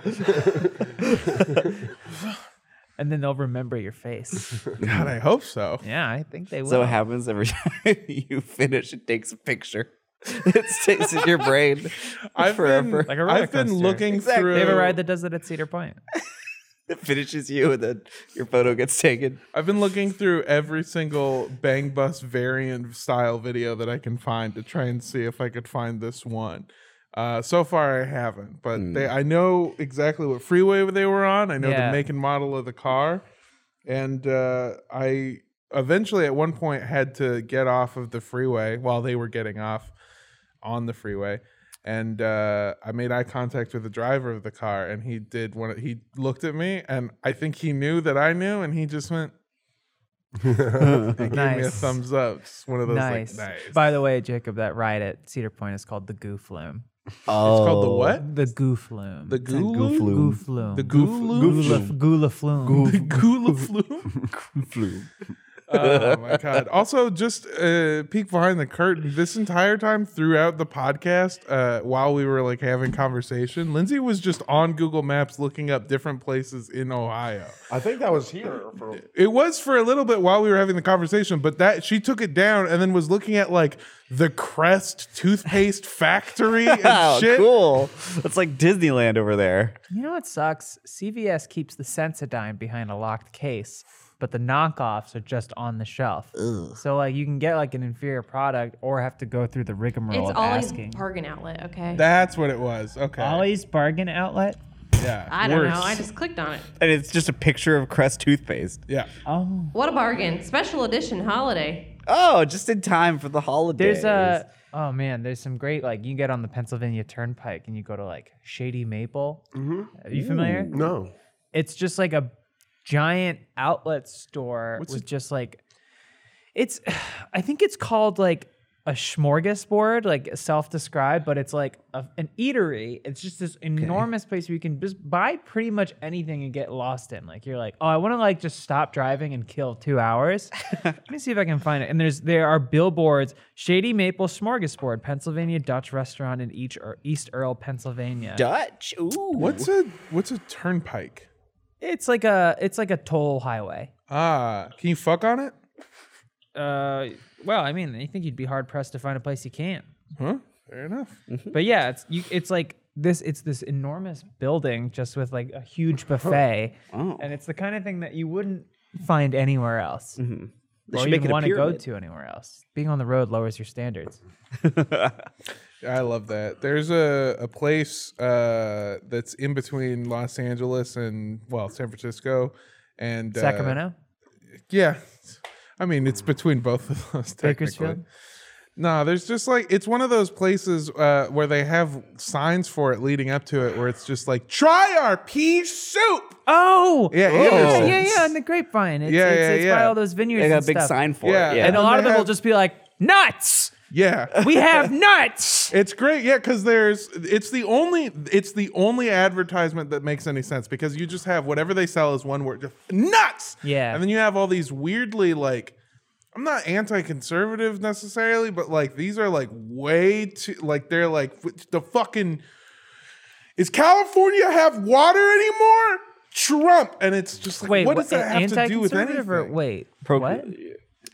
Speaker 4: and then they'll remember your face.
Speaker 1: God, I hope so.
Speaker 4: Yeah, I think they will.
Speaker 2: So it happens every time you finish, it takes a picture. it sticks in your brain
Speaker 1: I've
Speaker 2: forever.
Speaker 1: been,
Speaker 4: a roller
Speaker 1: I've been
Speaker 4: coaster.
Speaker 1: looking
Speaker 2: Exactly.
Speaker 1: through.
Speaker 4: they have a ride that does it at Cedar Point.
Speaker 2: it finishes you, and then your photo gets taken.
Speaker 1: I've been looking through every single Bang Bus variant style video that I can find to try and see if I could find this one. Uh, so far, I haven't, but they, I know exactly what freeway they were on. I know
Speaker 4: Yeah.
Speaker 1: the make and model of the car, and uh, I eventually at one point had to get off of the freeway while they were getting off on the freeway. And uh, I made eye contact with the driver of the car, and he did one. He looked at me, and I think he knew that I knew, and he just went,
Speaker 4: nice.
Speaker 1: Give me a thumbs up. It's one of those
Speaker 4: Nice.
Speaker 1: like nice.
Speaker 4: By the way, Jacob, that ride at Cedar Point is called the Goof Loom.
Speaker 2: Oh,
Speaker 1: it's called the what?
Speaker 4: The Goof Loom.
Speaker 1: The
Speaker 2: goof
Speaker 1: Gulu?
Speaker 2: loop.
Speaker 4: Goof Loom.
Speaker 1: The Goof Loom?
Speaker 4: Gula, Gula Floom.
Speaker 1: The Gula Flume? Oh my god. Also, just uh peek behind the curtain. This entire time throughout the podcast, uh, while we were like having conversation, Lindsay was just on Google Maps looking up different places in Ohio.
Speaker 3: I think that was here for
Speaker 1: It was for a little bit while we were having the conversation, but that she took it down and then was looking at like the Crest toothpaste factory and
Speaker 2: Wow,
Speaker 1: shit.
Speaker 2: Oh, cool. That's like Disneyland over there.
Speaker 4: You know what sucks? CVS keeps the Sensodyne behind a locked case, but the knockoffs are just on the shelf. So like you can get like an inferior product or have to go through the rigmarole
Speaker 5: It's
Speaker 4: of
Speaker 5: Ollie's
Speaker 4: asking.
Speaker 5: bargain outlet, okay?
Speaker 1: That's what it was. Okay.
Speaker 4: Ollie's bargain outlet?
Speaker 1: Yeah.
Speaker 5: I don't
Speaker 1: worse.
Speaker 5: know. I just clicked on it.
Speaker 2: And it's just a picture of Crest toothpaste.
Speaker 1: Yeah.
Speaker 4: Oh.
Speaker 5: What a bargain. Special edition holiday.
Speaker 2: Oh, just in time for the holidays.
Speaker 4: There's a oh man, there's some great like you can get on the Pennsylvania Turnpike and you go to like Shady Maple. Mm-hmm. Are you familiar?
Speaker 3: no.
Speaker 4: It's just like a giant outlet store with just like it's I think it's called like a smorgasbord, like self-described, but it's like a, an eatery. It's just this enormous place where you can just buy pretty much anything and get lost in. Like you're like, oh, I want to like just stop driving and kill two hours. Let me see if I can find it. And there's there are billboards: Shady Maple Smorgasbord, Pennsylvania Dutch Restaurant in each or East Earl, Pennsylvania.
Speaker 2: Dutch. Ooh.
Speaker 1: What's a what's a turnpike?
Speaker 4: It's like a it's like a toll highway.
Speaker 1: Ah, can you fuck on it?
Speaker 4: Uh, well, I mean, I think you'd be hard pressed to find a place you can.
Speaker 1: Huh? Fair enough.
Speaker 2: Hmm.
Speaker 4: But yeah, it's you, it's like this. It's this enormous building just with like a huge buffet, and it's the kind of thing that you wouldn't find anywhere else,
Speaker 2: Mm-hmm. They
Speaker 4: or
Speaker 2: should
Speaker 4: even
Speaker 2: make it a
Speaker 4: want to go
Speaker 2: pyramid.
Speaker 4: to anywhere else. Being on the road lowers your standards.
Speaker 1: I love that. There's a, a place uh, that's in between Los Angeles and well, San Francisco and uh,
Speaker 4: Sacramento,
Speaker 1: Yeah. I mean, it's between both of those. Technically.
Speaker 4: Bakersfield.
Speaker 1: No, there's just like it's one of those places uh, where they have signs for it leading up to it, where it's just like try our pea soup.
Speaker 4: Oh,
Speaker 1: Yeah,
Speaker 4: yeah,
Speaker 1: Anderson's.
Speaker 4: yeah, yeah, on the grapevine. It's,
Speaker 1: Yeah,
Speaker 4: it's,
Speaker 1: yeah,
Speaker 4: it's by
Speaker 1: yeah.
Speaker 4: all those vineyards.
Speaker 2: They got a
Speaker 4: and
Speaker 2: big
Speaker 4: stuff.
Speaker 2: sign for
Speaker 1: Yeah.
Speaker 2: it. Yeah.
Speaker 4: and a
Speaker 1: And
Speaker 4: lot
Speaker 1: they
Speaker 4: of them will
Speaker 1: have-
Speaker 4: just be like, "Nuts,
Speaker 1: Yeah,
Speaker 4: we have nuts."
Speaker 1: It's great, yeah, because there's it's the only it's the only advertisement that makes any sense because you just have whatever they sell is one word just nuts.
Speaker 4: Yeah.
Speaker 1: And then you have all these weirdly like I'm not anti-conservative necessarily, but like these are like way too like they're like the fucking is California have water anymore? Trump and it's just like
Speaker 4: Wait,
Speaker 1: what does that have to do with
Speaker 4: anti-conservative
Speaker 1: anything?
Speaker 4: or- Wait, what?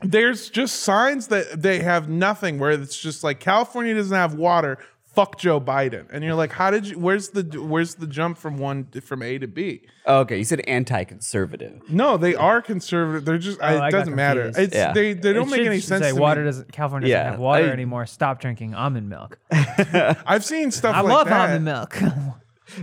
Speaker 1: there's just signs that they have nothing where it's just like California doesn't have water. fuck Joe Biden, and you're like, how did you? Where's the where's the jump from one from A to B?
Speaker 2: Oh, okay, you said anti-conservative.
Speaker 1: No, they are conservative. They're just
Speaker 4: Oh, I
Speaker 1: it
Speaker 4: got
Speaker 1: doesn't matter.
Speaker 4: confused.
Speaker 1: It's
Speaker 2: Yeah.
Speaker 1: they they don't
Speaker 4: It
Speaker 1: make
Speaker 4: should
Speaker 1: any
Speaker 4: just
Speaker 1: sense.
Speaker 4: Say
Speaker 1: to
Speaker 4: water
Speaker 1: me.
Speaker 4: doesn't California doesn't
Speaker 2: Yeah,
Speaker 4: have water
Speaker 2: I-
Speaker 4: anymore. Stop drinking almond milk.
Speaker 1: I've seen stuff
Speaker 4: I
Speaker 1: like
Speaker 4: love
Speaker 1: that.
Speaker 4: almond milk.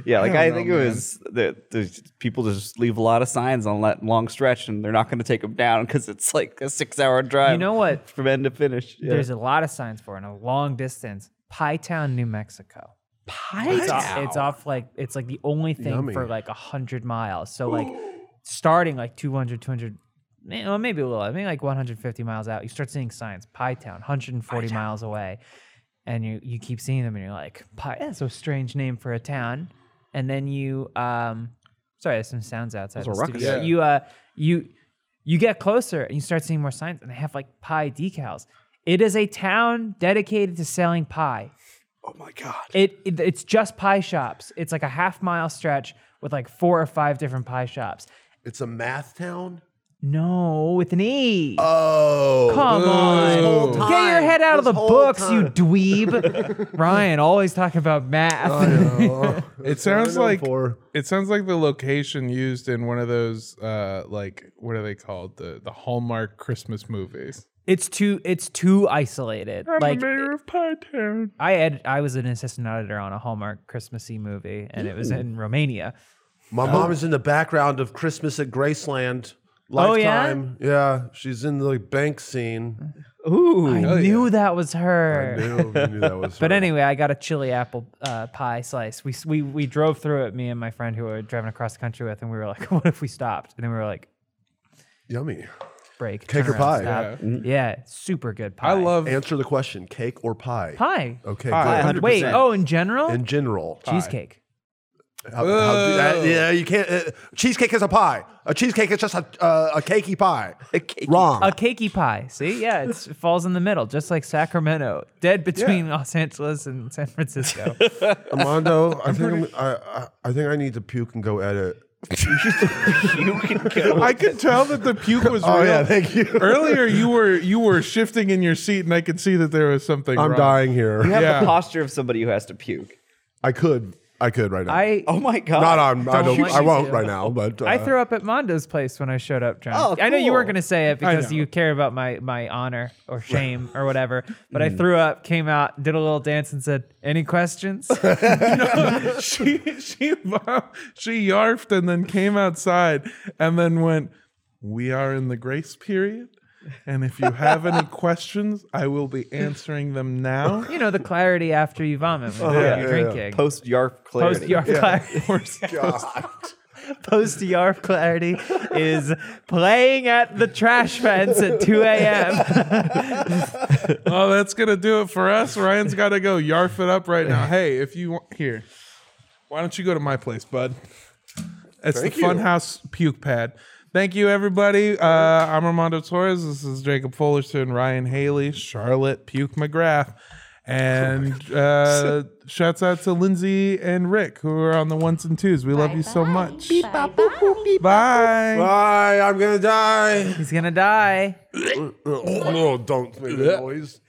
Speaker 2: Yeah, like I,
Speaker 1: don't
Speaker 2: think
Speaker 1: know,
Speaker 2: it
Speaker 1: man.
Speaker 2: was that there's- people just leave a lot of signs on that long stretch, and they're not going to take them down because it's like a six-hour drive.
Speaker 4: You know what?
Speaker 2: From end to finish. Yeah.
Speaker 4: There's a lot of signs for it and a long distance. Pie Town, New Mexico. Pie it's off, it's off like it's like the only thing
Speaker 3: Yummy.
Speaker 4: for like hundred miles. So like starting like 200, 200, eh, well, maybe a little, I mean like 150 miles out, you start seeing signs. Pie Town, 140 miles away, and you you keep seeing them, and you're like, Pie. That's a strange name for a town. And then you, um, sorry, there's some sounds outside. The
Speaker 2: Those are ruckus.
Speaker 4: studio.
Speaker 1: Yeah.
Speaker 4: You uh, you you get closer and you start seeing more signs, and they have like pie decals. It is a town dedicated to selling pie.
Speaker 2: oh my god.
Speaker 4: It, it- it's just pie shops. It's like a half mile stretch with like four or five different pie shops.
Speaker 3: It's a math town.
Speaker 4: No, with an E.
Speaker 3: Oh,
Speaker 4: Come
Speaker 3: whole
Speaker 4: on. Get your
Speaker 3: time,
Speaker 4: head out of
Speaker 3: this
Speaker 4: the
Speaker 3: whole
Speaker 4: books, you
Speaker 3: time.
Speaker 4: dweeb. Ryan, always talking about math.
Speaker 1: It sounds like it sounds like the location used in one of those uh like what are they called the the Hallmark Christmas movies.
Speaker 4: It's too it's too isolated. like
Speaker 1: of Pie Town.
Speaker 4: I had I was an assistant auditor on a Hallmark Christmassy movie and it was in Romania.
Speaker 3: My mom is in the background of Christmas at Graceland.
Speaker 4: Oh, yeah?
Speaker 3: Lifetime. yeah? she's in the bank scene.
Speaker 2: Ooh.
Speaker 4: I knew that was her.
Speaker 3: knew, knew that was.
Speaker 4: But
Speaker 3: her.
Speaker 4: anyway, I got a chili apple uh, pie slice. We, s- we we drove through it, me and my friend who we were driving across the country with, and we were like, "What if we stopped?" And then we were like,
Speaker 3: yummy.
Speaker 4: "Break,
Speaker 3: Cake
Speaker 4: turn
Speaker 3: or
Speaker 4: around,
Speaker 3: pie? Mm-hmm.
Speaker 4: stop." Yeah. super good pie.
Speaker 1: I love
Speaker 3: Answer the question: cake or pie?
Speaker 4: pie.
Speaker 3: Okay,
Speaker 1: Pie.
Speaker 3: good.
Speaker 2: 100%.
Speaker 4: Wait, oh, in general,
Speaker 3: In general,
Speaker 4: cheesecake.
Speaker 3: How- how-
Speaker 1: Ugh.
Speaker 3: yeah, you can't. Uh, cheesecake is a pie. A cheesecake is just a uh, a cakey pie.
Speaker 2: A cakey-
Speaker 3: Wrong.
Speaker 4: A cakey pie. See, yeah, it's, it falls in the middle, just like Sacramento, dead between Los Angeles and San Francisco.
Speaker 3: Armando, I think I'm, I, I I think I need to puke and go edit.
Speaker 2: you can go.
Speaker 1: I could tell that the puke was
Speaker 3: Oh,
Speaker 1: real.
Speaker 3: yeah, thank you.
Speaker 1: Earlier you were you were shifting in your seat and I could see that there was something
Speaker 3: I'm
Speaker 1: wrong.
Speaker 3: dying here.
Speaker 2: You have
Speaker 1: Yeah.
Speaker 2: the posture of somebody who has to puke.
Speaker 3: I could. I could right now.
Speaker 4: I
Speaker 2: Oh my god.
Speaker 3: Not on. I
Speaker 4: Don't
Speaker 3: don't.
Speaker 4: want
Speaker 3: I
Speaker 4: you
Speaker 3: won't
Speaker 4: to.
Speaker 3: right now. But uh,
Speaker 4: I threw up at Mondo's place when I showed up, John.
Speaker 2: Oh,
Speaker 4: I know you weren't
Speaker 2: cool.
Speaker 4: going to say it because
Speaker 1: know.
Speaker 4: you care about my my honor or shame or whatever. But I threw up, came out, did a little dance, and said, "Any questions?"
Speaker 1: she she vom- she yarfed and then came outside and then went. We are in the grace period, and if you have any questions, I will be answering them now.
Speaker 4: you know the clarity after you vomit when
Speaker 3: yeah,
Speaker 4: you're
Speaker 3: yeah, yeah.
Speaker 4: drinking.
Speaker 2: Post yarp clarity.
Speaker 4: Post yarp clarity. Post yarp clarity is playing at the trash fence at 2 a.m.
Speaker 1: Oh, that's gonna do it for us. Ryan's got to go yarf it up right now. Hey, if you want here, why don't you go to my place, bud? It's
Speaker 3: Thank
Speaker 1: the
Speaker 3: you.
Speaker 1: Funhouse Puke Pad. Thank you, everybody. Uh, I'm Armando Torres. This is Jacob Fullerton, Ryan Haley, Charlotte Puke McGrath, and
Speaker 3: Oh
Speaker 1: uh, shouts out to Lindsay and Rick who are on the ones and twos. We love you so much. Bye.
Speaker 3: Bye. I'm gonna die.
Speaker 4: He's gonna die.
Speaker 3: no, don't make that noise.